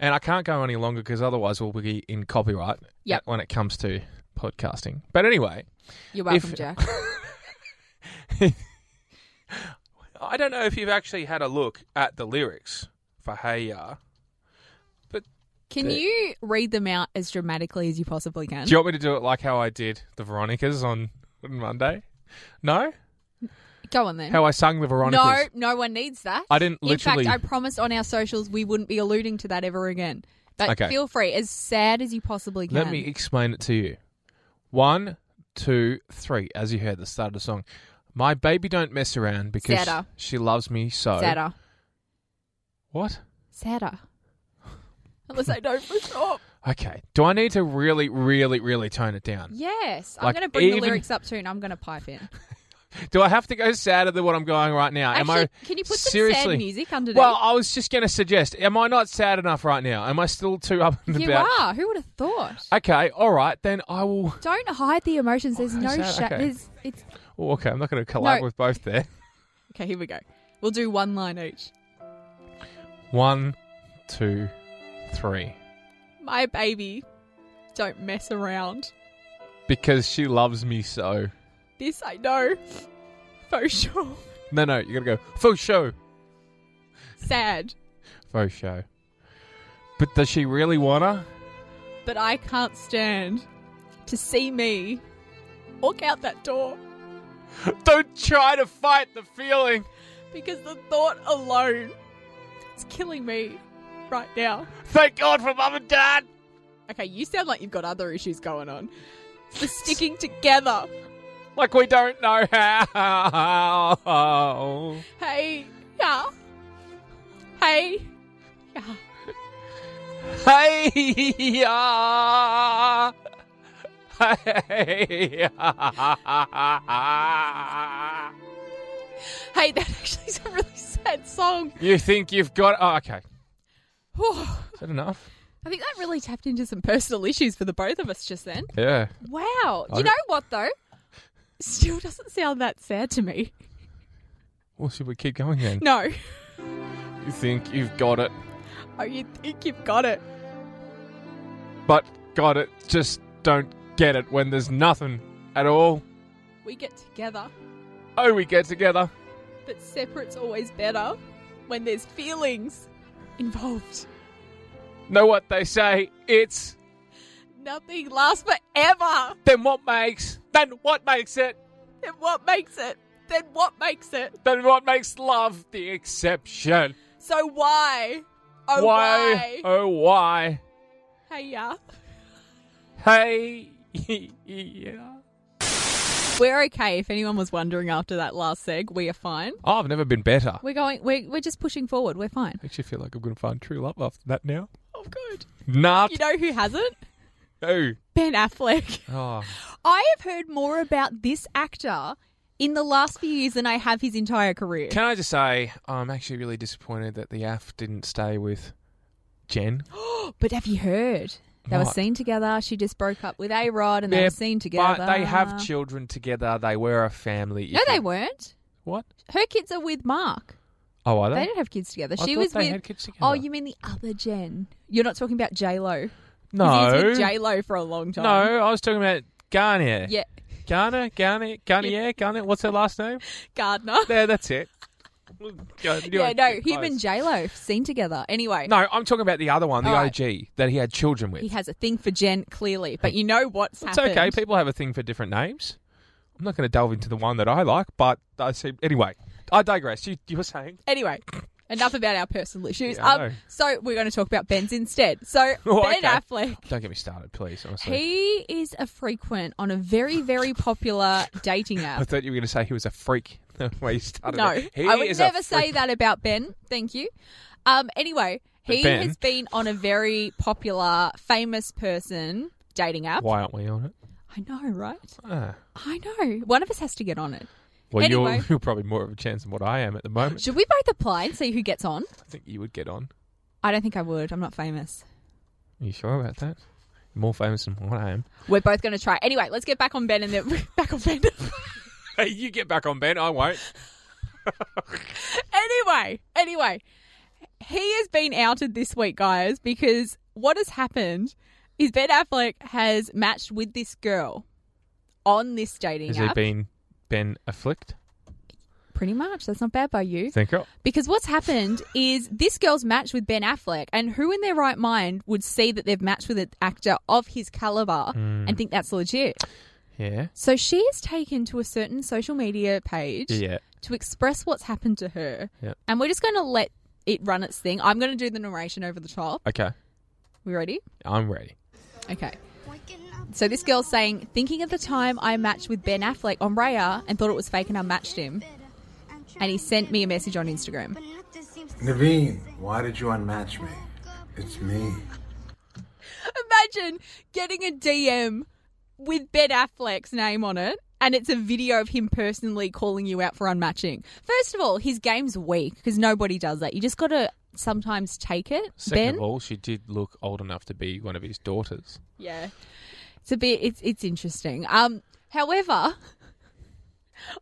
B: And I can't go any longer because otherwise we'll be in copyright
C: Yep.
B: when it comes to podcasting. But anyway,
C: You're welcome,
B: If-
C: Jack.
B: I don't know if you've actually had a look at the lyrics for Hey Ya.
C: Can
B: the-
C: you read them out as dramatically as you possibly can?
B: Do you want me to do it like how I did the Veronicas on on Monday? No?
C: Go on then.
B: How I sung the
C: no,
B: Veronicas.
C: no one needs that.
B: I didn't literally-
C: In fact, I promised on our socials we wouldn't be alluding to that ever again. But
B: Okay.
C: feel free, as sad as you possibly can.
B: Let me explain it to you. One, two, three, as you heard at the start of the song. My baby don't mess around because
C: Sadder.
B: she loves me so.
C: Sadder.
B: What?
C: Sadder. Unless I don't for sure.
B: Okay. Do I need to really, really, really tone it down?
C: Yes. I'm
B: Like,
C: going to bring the
B: even-
C: lyrics up soon. I'm going to
B: <laughs>
C: pipe in.
B: Do I have to go sadder than what I'm going right now? am I
C: Actually, can you put some sad
B: seriously?
C: music underneath?
B: Well, I was just going to suggest. Am I not sad enough right now? Am I still too up and
C: You
B: about?
C: are. Who would have thought?
B: Okay, all right then. I will.
C: Don't hide the emotions. There's no
B: sad,
C: shut.
B: Oh, okay.
C: There's it's
B: Oh, okay, I'm not going to collab
C: No.
B: with both there.
C: okay. Here we go. We'll do one line each.
B: One, two, three.
C: My baby, don't mess around.
B: because she loves me so.
C: This I know. For sure.
B: No, no, you gotta go for show,
C: Sad.
B: for show. But does she really wanna?
C: But I can't stand to see me walk out that door
B: Don't try to fight the feeling.
C: because the thought alone is killing me right now.
B: Thank God for mum and dad.
C: Okay, you sound like you've got other issues going on. The <laughs> sticking together.
B: Like we don't know how.
C: Hey, yeah. Hey, yeah.
B: Hey, yeah. Hey, yeah.
C: Hey, that actually is a really sad song. <sighs>
B: You think you've got? Oh, okay.
C: Whew.
B: Is that enough?
C: I think that really tapped into some personal issues for the both of us just then.
B: Yeah.
C: Wow.
B: I don't-
C: you know what though? Still doesn't sound that sad to me. <laughs>
B: Well, should we keep going then?
C: No.
B: You think you've got it,
C: Oh, you think you've got it?
B: but got it. Just don't get it when there's nothing at all.
C: We get together,
B: Oh, we get together.
C: but separate's always better when there's feelings involved.
B: Know what they say? It's
C: Nothing lasts forever.
B: then what makes then what makes it
C: Then what makes it? Then what makes it?
B: then what makes love the exception.
C: So why? Oh why?
B: Oh why?
C: Hey yeah.
B: Hey. <laughs> yeah.
C: We're okay. If anyone was wondering after that last seg, we are fine.
B: Oh, I've never been better.
C: We're going. We're, we're just pushing forward. We're fine.
B: Makes you feel like I'm gonna find true love after that now.
C: Oh good.
B: Nah.
C: You know who hasn't?
B: Oh.
C: Ben Affleck. <laughs>
B: Oh.
C: I have heard more about this actor in the last few years than I have his entire career.
B: Can I just say I'm actually really disappointed that the AF didn't stay with Jen.
C: But have you heard? They were
B: What?
C: seen together. She just broke up with A Rod and they
B: Yeah,
C: were seen together.
B: But they have children together. They were a family.
C: No,
B: If
C: they
B: you-
C: weren't.
B: What?
C: Her kids are with Mark.
B: Oh, are
C: They,
B: they?
C: don't have kids together.
B: I
C: she
B: thought
C: was
B: they
C: with.
B: had kids together.
C: Oh, you mean the other Jen? You're not talking about J Lo. He's
B: no.
C: with J Lo for a long
B: no,
C: time.
B: I was talking about Garnier.
C: Yeah,
B: Garner, Garnier, Garnier, Garnier. What's her last name?
C: Gardner.
B: There, that's it. yeah,
C: <laughs> yeah, no, him and J Lo seen together. Anyway,
B: No, I'm talking about the other one, the
C: All right.
B: OG that he had children with.
C: he has a thing for Jen clearly. But you know what's
B: it's
C: happened?
B: okay. People have a thing for different names. I'm not going to delve into the one that I like, but I see. Anyway, I digress. You, you were saying.
C: Anyway, enough about our personal issues.
B: Yeah, I know.
C: um, so we're going to talk about Ben's instead. So
B: <laughs> Oh,
C: Ben
B: okay.
C: Affleck,
B: Don't get me started, please. Honestly,
C: he is a frequent on a very, very popular dating
B: I <laughs>
C: app.
B: thought you were going to say he was a freak. <laughs> the way you started.
C: No,
B: it. He
C: I would
B: is a
C: never say
B: freak.
C: that about Ben. Thank you. Um, anyway,
B: But
C: he
B: Ben-
C: has been on a very popular, famous person dating app.
B: Why aren't we on it?
C: I know, right?
B: Ah.
C: I know. One of us has to get on it.
B: Well,
C: Anyway.
B: you're, you're probably more of a chance than what I am at the moment.
C: Should we both apply and see who gets on?
B: I think you would get on.
C: I don't think I would. I'm not famous.
B: Are you sure about that? You're more famous than what I am.
C: We're both going to try. Anyway, let's get back on Ben and then <laughs> back on Ben.
B: Hey, you get back on, Ben. I won't.
C: anyway, anyway, he has been outed this week, guys, because what has happened is Ben Affleck has matched with this girl on this dating
B: Has he
C: app.
B: been Ben afflict?
C: Pretty much. That's not bad by you.
B: Thank you.
C: Because what's happened <laughs> is this girl's matched with Ben Affleck, and who in their right mind would see that they've matched with an actor of his caliber
B: Hmm.
C: and think that's legit?
B: Yeah.
C: So she is taken to a certain social media page.
B: Yeah.
C: to express what's happened to her.
B: Yep.
C: And we're just going to let it run its thing. I'm going to do the narration over the top.
B: Okay.
C: We ready?
B: I'm ready.
C: Okay. So this girl's saying, thinking of the time I matched with Ben Affleck on Raya and thought it was fake and I matched him. <laughs> And he sent me a message on Instagram.
F: Naveen, why did you unmatch me? It's me.
C: Imagine getting a DM with Ben Affleck's name on it. And it's a video of him personally calling you out for unmatching. First of all, his game's weak because nobody does that. You just got to sometimes take it.
B: Second
C: ben?
B: of all, she did look old enough to be one of his daughters.
C: Yeah. It's a bit it's it's interesting. Um however, <laughs>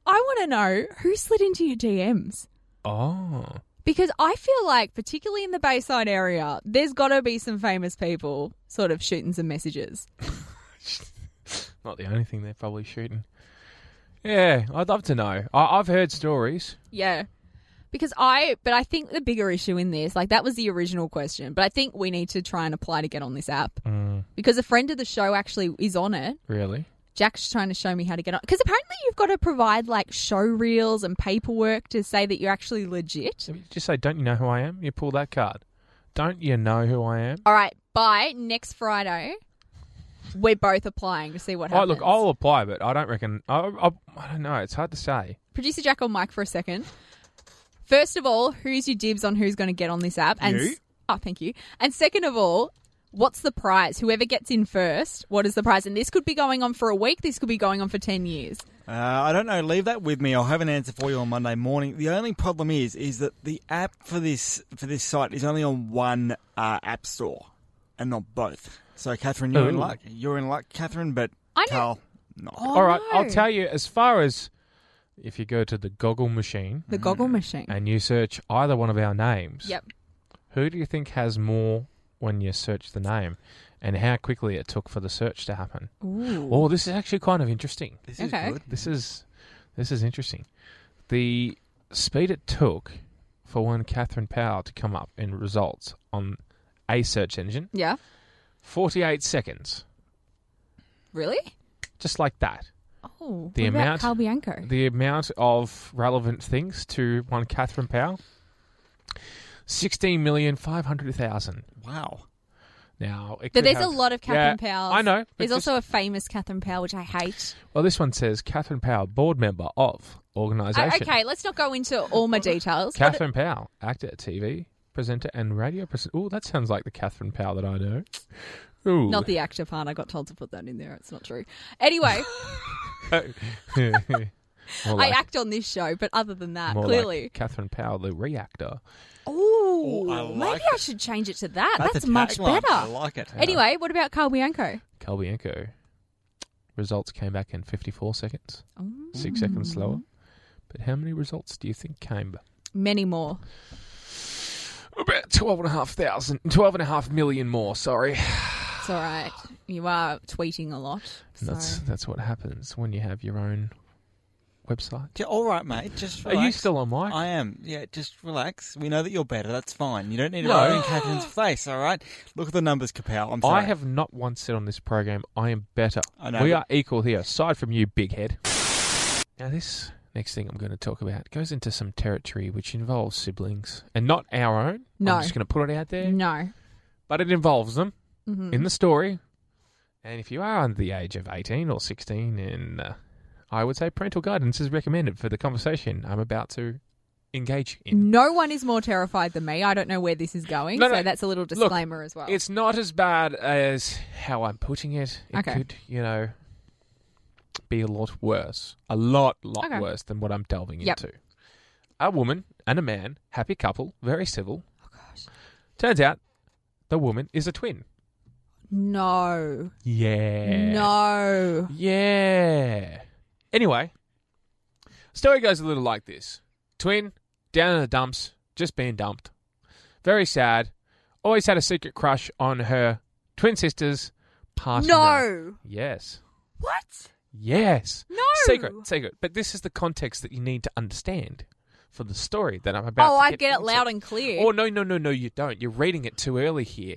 C: I want to know who slid into your DMs
B: Oh.
C: because I feel like particularly in the Bayside area, there's got to be some famous people sort of shooting some messages.
B: Not the only thing they're probably shooting. Yeah, I'd love to know. I, I've heard stories.
C: Yeah. Because I, but I think the bigger issue in this, like that was the original question, but I think we need to try and apply to get on this app. Because a friend of the show actually is on it.
B: Really?
C: Jack's trying to show me how to get on. Because apparently you've got to provide like show reels and paperwork to say that you're actually legit.
B: So you Just say, "Don't you know who I am?" You pull that card. Don't you know who I am?
C: All right, by next Friday, we're both applying to see what
B: Oh,
C: happens.
B: look, I'll apply, but I don't reckon. I, I, I don't know. It's hard to say.
C: Producer Jack on mic for a second. First of all, who's your dibs on who's going to get on this app? And
D: You.
C: oh, thank you. And second of all, what's the prize? Whoever gets in first, what is the prize? And this could be going on for a week. This could be going on for ten years.
D: Uh, I don't know. Leave that with me. I'll have an answer for you on Monday morning. The only problem is, is that the app for this for this site is only on one uh, app store, and not both. So, Catherine, you're in
B: Ooh.
D: luck. You're in luck, Catherine. But
C: I know-
D: Carl, no.
C: Oh,
B: All right,
C: no.
B: I'll tell you. As far as if you go to the Google machine
C: The goggle machine.
B: and you search either one of our names,
C: Mm. Yep.
B: who do you think has more when you search the name, and how quickly it took for the search to happen?
C: Ooh.
B: Oh, this is actually kind of interesting.
D: This is
C: Okay.
D: good.
B: This is this is interesting. The speed it took for one Catherine Power to come up in results on a search engine,
C: Yeah.
B: forty-eight seconds,
C: Really?
B: just like that.
C: Oh.
B: The
C: what about
B: amount-
C: Carl Bianco.
B: The amount of relevant things to one Catherine Power, sixteen million five hundred thousand.
D: Wow.
B: Now, it
C: but
B: could
C: there's
B: have-
C: a lot of Catherine
B: Yeah,
C: Powell.
B: I know. but
C: There's
B: just-
C: also a famous Catherine Powell, which I hate.
B: well, this one says Catherine Power, board member of
C: Uh,
B: organisation.
C: okay, let's not go into all my details. but-
B: Catherine Powell, actor, TV presenter, and radio presenter. Oh, that sounds like the Catherine Powell that I know. Ooh.
C: Not the actor part. I got told to put that in there. It's not true. Anyway,
B: <laughs> More
C: I
B: like-
C: act on this show, but other than that,
B: more like
C: clearly.
B: Catherine Powell, the reactor.
C: Ooh,
D: Oh, I
C: maybe
D: like
C: I should change it to that. That's,
D: a
C: much
D: tagline.
C: better.
D: I like it.
C: Anyway, what about Carl Bianco?
B: Cal Bianco. Results came back in 54 seconds, six seconds
C: Oh.
B: slower. But how many results do you think came?
C: Many more.
B: About 12,500, 12.5 million more, sorry.
C: It's all right. You are tweeting a lot. So.
B: That's, that's what happens when you have your own website.
D: Yeah, all right, mate. Just
B: Are
D: relax.
B: you still on mic?
D: I am. Yeah, just relax. We know that you're better. That's fine. You don't need to
B: No.
D: rub it in Catherine's face. All right. Look at the numbers, Capel. I'm sorry.
B: I have not once said on this program, I am better.
D: I know,
B: we
D: but-
B: are equal here, aside from you, big head. Now, this next thing I'm going to talk about goes into some territory which involves siblings and not our own.
C: No.
B: I'm just going to put it out there.
C: No. Mm-hmm.
B: But it involves them in the story. And if you are under the age of 18 or 16, and uh, I would say parental guidance is recommended for the conversation I'm about to engage in.
C: No one is more terrified than me. I don't know where this is going,
B: No,
C: so
B: no.
C: that's a little
B: Look,
C: disclaimer as well.
B: It's not as bad as how I'm putting it. It
C: Okay.
B: could, you know, be a lot worse. A lot, lot
C: Okay.
B: worse than what I'm delving
C: Yep.
B: into. A woman and a man, happy couple, very civil. Oh, gosh. Turns out the woman is a twin.
C: no.
B: Yeah.
C: No.
B: Yeah. Anyway, story goes a little like this: twin down in the dumps, just being dumped. Very sad. Always had a secret crush on her twin sisters. Partner.
C: No.
B: Yes.
C: What?
B: Yes.
C: No.
B: Secret. Secret. But this is the context that you need to understand for the story that I'm about.
C: Oh,
B: to
C: I
B: get
C: get it
B: into.
C: loud and clear.
B: Oh no, no, no, no, you don't. You're reading it too early here.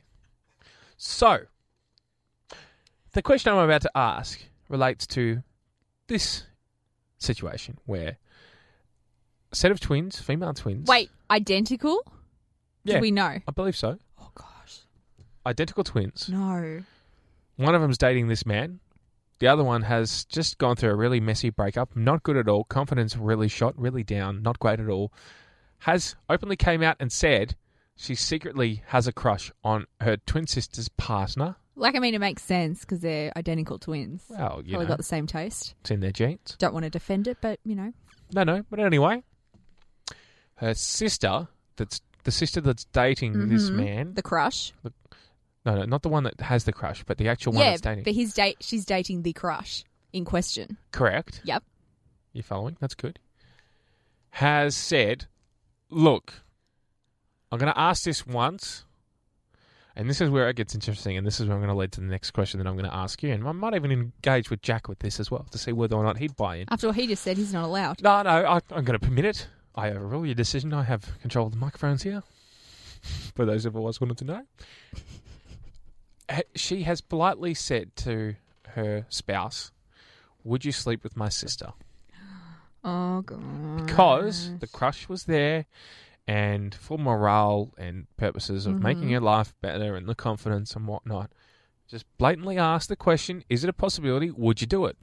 B: So, the question I'm about to ask relates to this situation where a set of twins, female twins.
C: Wait, identical?
B: yeah,
C: Do we know?
B: I believe so.
C: Oh gosh.
B: Identical twins.
C: No.
B: One of them's dating this man. The other one has just gone through a really messy breakup. Not good at all. Confidence really shot, really down. Not great at all. Has openly came out and said she secretly has a crush on her twin sister's partner.
C: Like, I mean, it makes sense because they're identical twins.
B: Well, you
C: Probably
B: know,
C: got the same taste.
B: it's in their genes.
C: Don't want to defend it, but you know.
B: No, no. But anyway, her sister, that's the sister that's dating this
C: Mhm.
B: man.
C: The crush.
B: no, no, not the one that has the crush, but the actual one
C: yeah,
B: that's dating.
C: but his date. She's dating the crush in question.
B: Correct.
C: Yep.
B: You following? That's good. Has said, look, I'm going to ask this once, And this is where it gets interesting, and this is where I'm going to lead to the next question that I'm going to ask you. And I might even engage with Jack with this as well to see whether or not he'd buy in.
C: After all, he just said he's not allowed.
B: No, no, I, I'm going to permit it. I overrule your decision. I have control of the microphones here. <laughs> For those of us wanted to know, Ha- she has politely said to her spouse, "Would you sleep with my sister?"
C: Oh god.
B: Because the crush was there, and for morale and purposes of making her life better and the confidence and whatnot, just blatantly asked the question: "Is it a possibility? Would you do it?"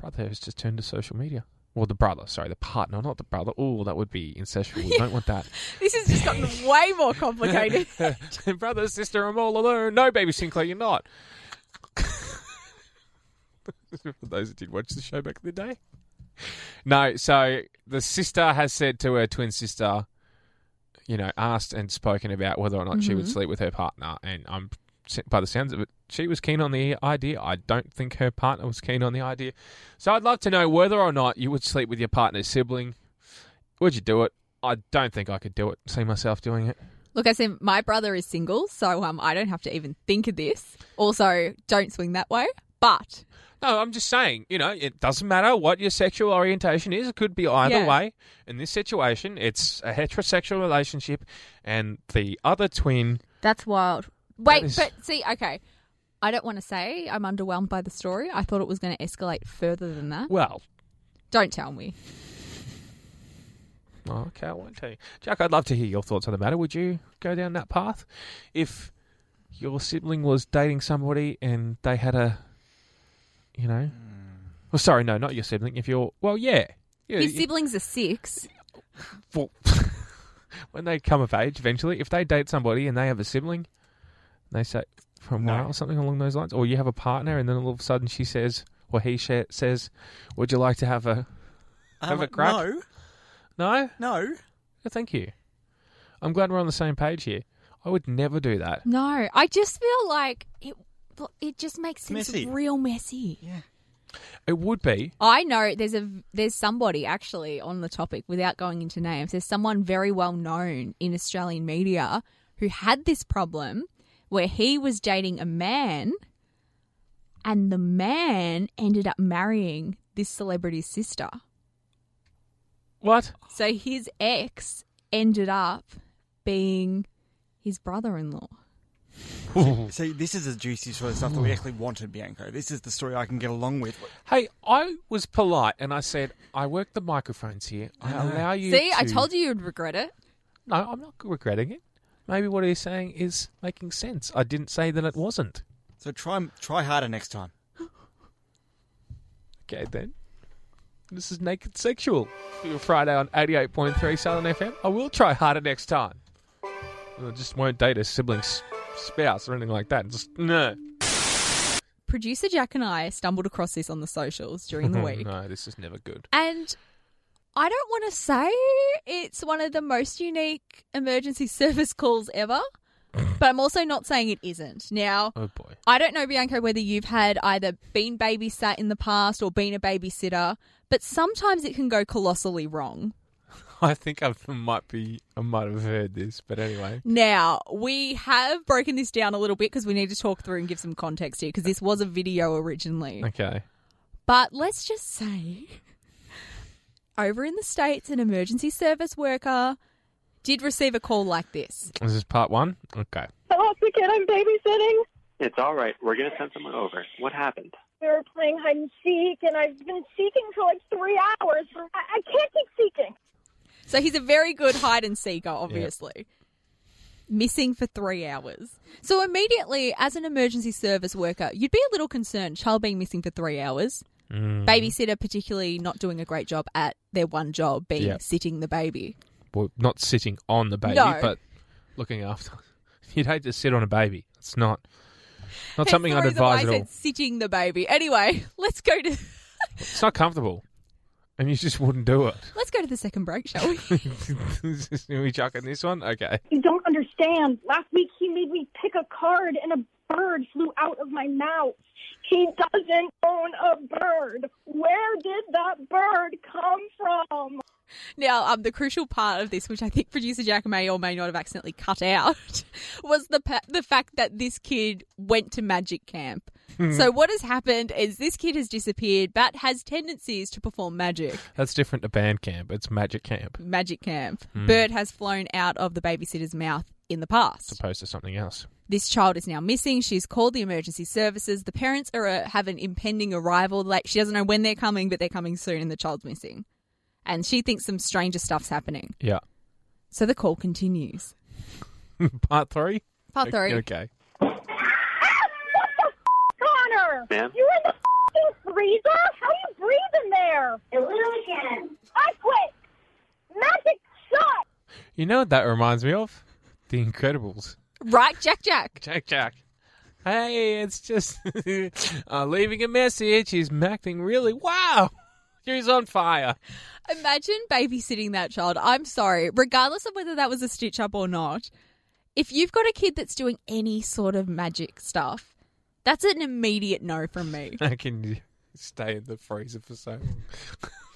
B: Brother has just turned to social media. Well, the brother, sorry, the partner, not the brother. Oh, that would be incestual. We don't want that.
C: this has just gotten way more
B: <laughs>
C: complicated.
B: Brother, sister, I'm all alone. No, baby Sinclair, you're not. <laughs> For those that did watch the show back in the day. No, so the sister has said to her twin sister, you know, asked and spoken about whether or not she would sleep with her partner. And I'm by the sounds of it, she was keen on the idea. I don't think her partner was keen on the idea. So I'd love to know whether or not you would sleep with your partner's sibling. Would you do it? I don't think I could do it. See myself doing it.
C: Look, I said my brother is single, so um, I don't have to even think of this. Also, don't swing that way. But
B: No, I'm just saying, you know, it doesn't matter what your sexual orientation is. It could be either
C: Yeah.
B: way. In this situation, it's a heterosexual relationship, and the other twin.
C: that's wild. Wait,
B: That is-
C: but see, okay. I don't want to say I'm underwhelmed by the story. I thought it was going to escalate further than that.
B: Well,
C: Don't tell me.
B: oh, okay, I won't tell you. Jack, I'd love to hear your thoughts on the matter. Would you go down that path if your sibling was dating somebody and they had a, you know, well, sorry, no, not your sibling. If you're, well, yeah, yeah,
C: His
B: you-
C: siblings are six.
B: well, <laughs> when they come of age eventually, if they date somebody and they have a sibling, they say from where
D: No.
B: or something along those lines, or you have a partner and then all of a sudden she says or he sh- says, "Would you like to have a Have a crack?
D: Um, No,
B: no?
D: no.
B: No, thank you. I'm glad we're on the same page here. I would never do that.
C: No, I just feel like it. It just makes things
D: Messy.
C: real messy.
B: It would be
C: I know there's a there's somebody actually on the topic without going into names. There's someone very well known in Australian media who had this problem where he was dating a man and the man ended up marrying this celebrity's sister.
B: what?
C: So his ex ended up being his brother-in-law.
D: See, this is the juicy sort of stuff that we actually wanted, Bianco. This is the story I can get along with.
B: Hey, I was polite and I said I work the microphones here. I allow you.
C: See, I
B: to-
C: told you you'd regret it.
B: No, I'm not regretting it. Maybe what he's saying is making sense. I didn't say that it wasn't.
D: So try try harder next time.
B: Okay, then. This is Naked Sexual for your Friday on 88.3 Southern FM. I will try harder next time. I just won't date a sibling's spouse or anything like that. Just, no.
C: Producer Jack and I stumbled across this on the socials during the
B: <laughs>
C: week.
B: no, this is never good.
C: And I don't want to say it's one of the most unique emergency <laughs> service calls ever, but I'm also not saying it isn't. Now,
B: Oh, boy. <laughs>
C: I don't know, Bianco, whether you've had either been babysat in the past or been a babysitter, but sometimes it can go colossally wrong.
B: I think I might be, I might have heard this, but anyway.
C: Now, we have broken this down a little bit because we need to talk through and give some context here because this was a video originally.
B: Okay.
C: But let's just say, over in the States, an emergency service worker did receive a call like this.
B: This is part one. Okay.
G: Hello, it's the kid I'm babysitting.
H: It's all right. We're going to send someone over. What happened?
G: We were playing hide and seek, and I've been seeking for like three hours. I, I can't keep seeking.
C: So he's a very good hide and seeker, obviously. Missing for three hours. So immediately, as an emergency service worker, you'd be a little concerned. Child being missing for three hours.
B: Mm.
C: Babysitter, particularly, not doing a great job at their one job, being
B: Yeah.
C: sitting the baby.
B: Well, not sitting on the baby,
C: No.
B: but looking after. <laughs> You'd hate to sit on a baby. It's not, not
C: Hence
B: something
C: the
B: I'd
C: reason why
B: advise at
C: I
B: all.
C: said sitting the baby. Anyway, <laughs> let's go to
B: It's not comfortable. And you just wouldn't do it.
C: let's go to the second break, shall
B: <laughs>
C: we?
B: Are we chucking this one? Okay.
G: You don't understand. Last week he made me pick a card, and a bird flew out of my mouth. He doesn't own a bird. Where did that bird come from? <laughs>
C: Now, um, the crucial part of this, which I think producer Jack may or may not have accidentally cut out, <laughs> was the pa- the fact that this kid went to magic camp. so what has happened is this kid has disappeared, but has tendencies to perform magic.
B: That's different to band camp. It's magic camp.
C: Magic camp. Bird has flown out of the babysitter's mouth in the past.
B: Opposed to something else.
C: This child is now missing. She's called the emergency services. The parents are uh, have an impending arrival. Like she doesn't know when they're coming, but they're coming soon, and the child's missing. And she thinks some stranger stuff's happening.
B: Yeah. <laughs>
C: So the call continues.
B: Part three.
C: Part three.
B: Okay.
G: what the f- Connor?
H: Ma'am?
G: You in the f***ing freezer? How you breathing there? Illusion. I quit. Magic shot.
B: You know what that reminds me of? The Incredibles.
C: Right, Jack Jack.
B: Jack, Jack. Hey, it's just <laughs> uh, leaving a message. He's acting really. Wow. He's on fire.
C: <laughs>
B: <laughs>
C: Imagine babysitting that child. I'm sorry, regardless of whether that was a stitch up or not. If you've got a kid that's doing any sort of magic stuff, that's an immediate no from me.
B: I can stay in the freezer for so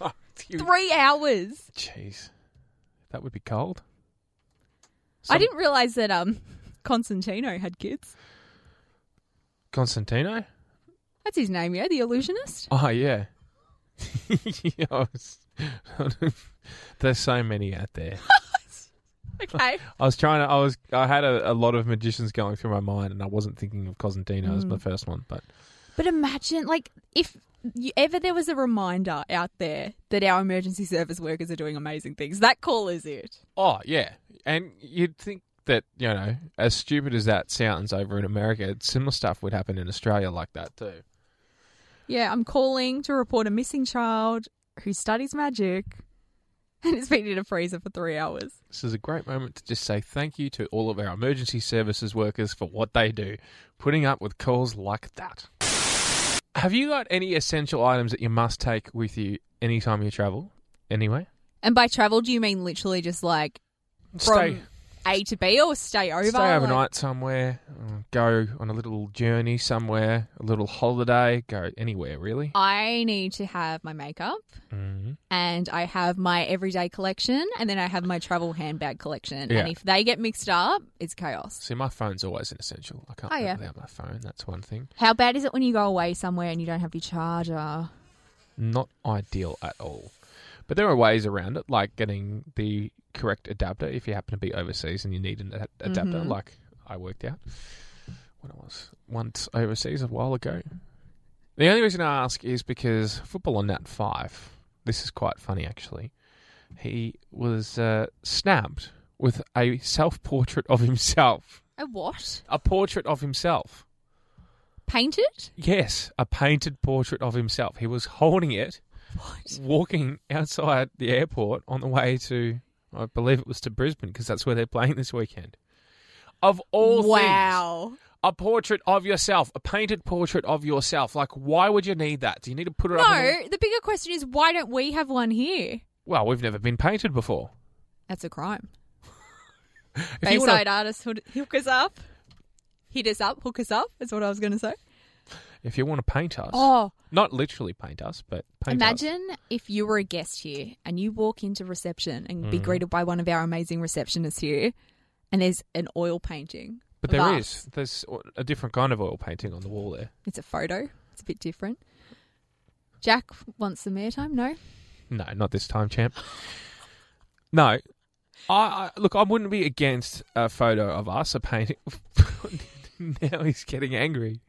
B: long. <laughs> You-
C: Three hours.
B: Jeez. That would be cold.
C: I didn't realize that um Constantino had kids.
B: Constantino?
C: That's his name, yeah, the illusionist.
B: Oh, yeah. <laughs> Yeah, I was- <laughs> There's so many out there.
C: Okay.
B: I was trying to. I was. I had a, a lot of magicians going through my mind, and I wasn't thinking of Cosentino as my first one. But
C: But imagine, like, if you, ever there was a reminder out there that our emergency service workers are doing amazing things, that call is it.
B: oh yeah, and you'd think that you know, as stupid as that sounds over in America, similar stuff would happen in Australia like that too.
C: Yeah, I'm calling to report a missing child who studies magic <laughs> and has been in a freezer for three hours.
B: This is a great moment to just say thank you to all of our emergency services workers for what they do, putting up with calls like that. Have you got any essential items that you must take with you anytime you travel? Anyway,
C: And by travel, do you mean literally just like
B: stay.
C: from A to B or stay over?
B: Stay
C: Like-
B: overnight somewhere, uh, go on a little journey somewhere, a little holiday, go anywhere really.
C: I need to have my makeup
B: Mm-hmm.
C: and I have my everyday collection and then I have my travel handbag collection.
B: Yeah.
C: And if they get mixed up, it's chaos.
B: See, my phone's always an essential. I can't
C: Oh,
B: live
C: yeah.
B: without my phone. That's one thing.
C: How bad is it when you go away somewhere and you don't have your charger?
B: Not ideal at all. But there are ways around it, like getting the correct adapter if you happen to be overseas and you need an ad- adapter, like I worked out when I was once overseas a while ago. The only reason I ask is because football on Nat 5, this is quite funny actually, he was uh, snapped with a self portrait of himself.
C: A what?
B: A portrait of himself.
C: Painted?
B: Yes, a painted portrait of himself. He was holding it, walking outside the airport on the way to, I believe it was to Brisbane, because that's where they're playing this weekend. Of all things,
C: wow.
B: a portrait of yourself, a painted portrait of yourself. Like, why would you need that? Do you need to put it up? on the-
C: No, the bigger question is why don't we have one here?
B: Well, we've never been painted before.
C: That's a crime.
B: If you wanna-
C: Bayside artists hood- hook us up. Hit us up, hook us up, is what I was going to say.
B: if you want to paint us,
C: Oh,
B: not literally paint us, but paint us.
C: imagine if you were a guest here and you walk into reception and
B: Mm.
C: be greeted by one of our amazing receptionists here, and there's an oil painting.
B: But
C: of
B: there
C: us.
B: is. There's a different kind of oil painting on the wall there.
C: It's a photo. It's a bit different. Jack wants some airtime. No,
B: No, not this time, champ. No, I, I look. I wouldn't be against a photo of us a painting. <laughs> now he's getting
C: <laughs>
B: angry.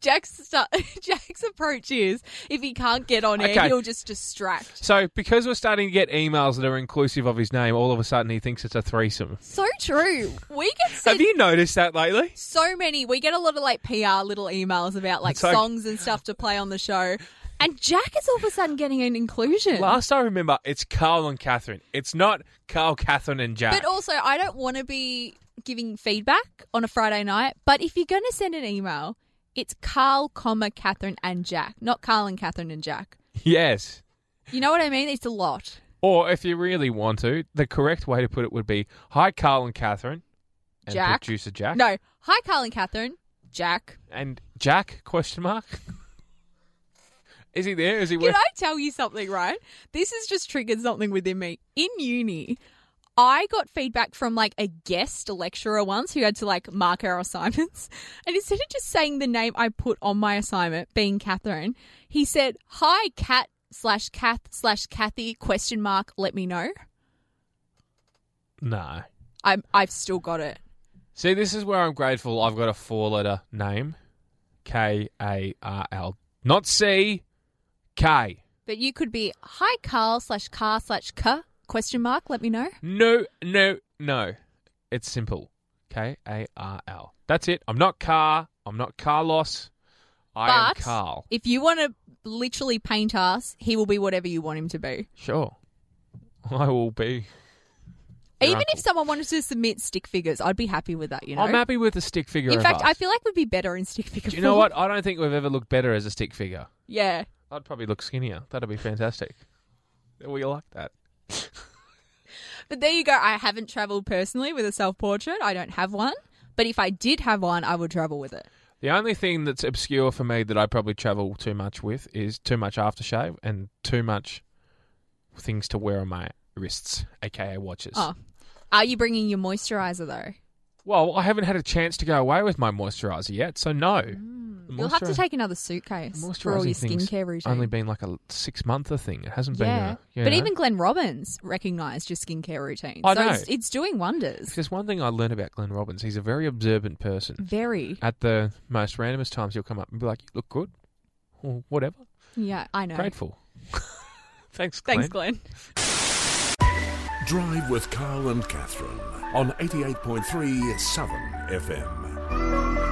C: Jack's stu- <laughs> Jack's approach is if he can't get on air,
B: Okay.
C: he'll just distract.
B: So because we're starting to get emails that are inclusive of his name, all of a sudden he thinks it's a threesome.
C: So true. We get
B: Have
C: sent
B: you noticed that lately?
C: so many. We get a lot of like PR little emails about like
B: It's like-
C: songs and stuff to play on the show, and Jack is all of a sudden getting an inclusion.
B: Last I remember, it's Carl and Catherine. It's not Carl, Catherine, and Jack.
C: But also, I don't want to be giving feedback on a Friday night. But if you're going to send an email, it's Carl, comma Catherine and Jack, not Carl and Catherine and Jack.
B: yes.
C: You know what I mean? It's a lot.
B: Or if you really want to, the correct way to put it would be, "Hi, Carl and Catherine, and
C: Jack.
B: producer Jack."
C: No. Hi, Carl and Catherine. Jack.
B: and Jack question mark <laughs> Is he there? Is he?
C: Can
B: Where?
C: I tell you something, right? This has just triggered something within me. In uni, I got feedback from like a guest lecturer once who had to like mark our assignments. <laughs> And instead of just saying the name I put on my assignment, being Catherine, he said, Hi, Cat slash Kath slash Kathy question mark, let me know.
B: No.
C: I'm, I've still got it.
B: See, this is where I'm grateful. I've got a four-letter name, K A R L, not C, K.
C: But you could be, Hi, Carl slash Car slash K question mark, let me know.
B: No, no, no. It's simple. K A R L. That's it. I'm not Car. I'm not Carlos. I
C: but
B: am Carl.
C: if you want to literally paint us, he will be whatever you want him to be.
B: Sure. <laughs> I will be. Your
C: Even
B: uncle.
C: if someone wanted to submit stick figures, I'd be happy with that. You know,
B: I'm happy with the stick figure.
C: in
B: of
C: fact,
B: us.
C: I feel like we'd be better in stick figure.
B: Do you know
C: form.
B: what? I don't think we've ever looked better as a stick figure.
C: <laughs> Yeah,
B: I'd probably look skinnier. That'd be fantastic. <laughs> We like that.
C: but there you go. I haven't travelled personally with a self portrait. I don't have one. But if I did have one, I would travel with it.
B: The only thing that's obscure for me that I probably travel too much with is too much aftershave and too much things to wear on my wrists, aka watches.
C: Oh, are you bringing your moisturizer though?
B: Well, I haven't had a chance to go away with my moisturizer yet, so no. The
C: Mm. You'll have to
B: moisturi-
C: take another
B: the
C: suitcase
B: moisturising
C: for all your
B: thing's
C: skincare routine.
B: Only been like a six month thing. It hasn't
C: yeah,
B: been. A, you
C: but
B: know.
C: even Glenn Robbins recognised your skincare routine.
B: I
C: so
B: know.
C: It's, it's doing
B: If
C: wonders.
B: there's one thing I learned about Glenn Robbins, he's a very observant person.
C: Very.
B: At the most randomest times, he'll come up and be like, "You look good," or whatever.
C: Yeah, I know.
B: Grateful. <laughs> Thanks, Glenn.
C: Thanks, Glenn.
A: Drive with Carl and Catherine on 88.3 Southern FM.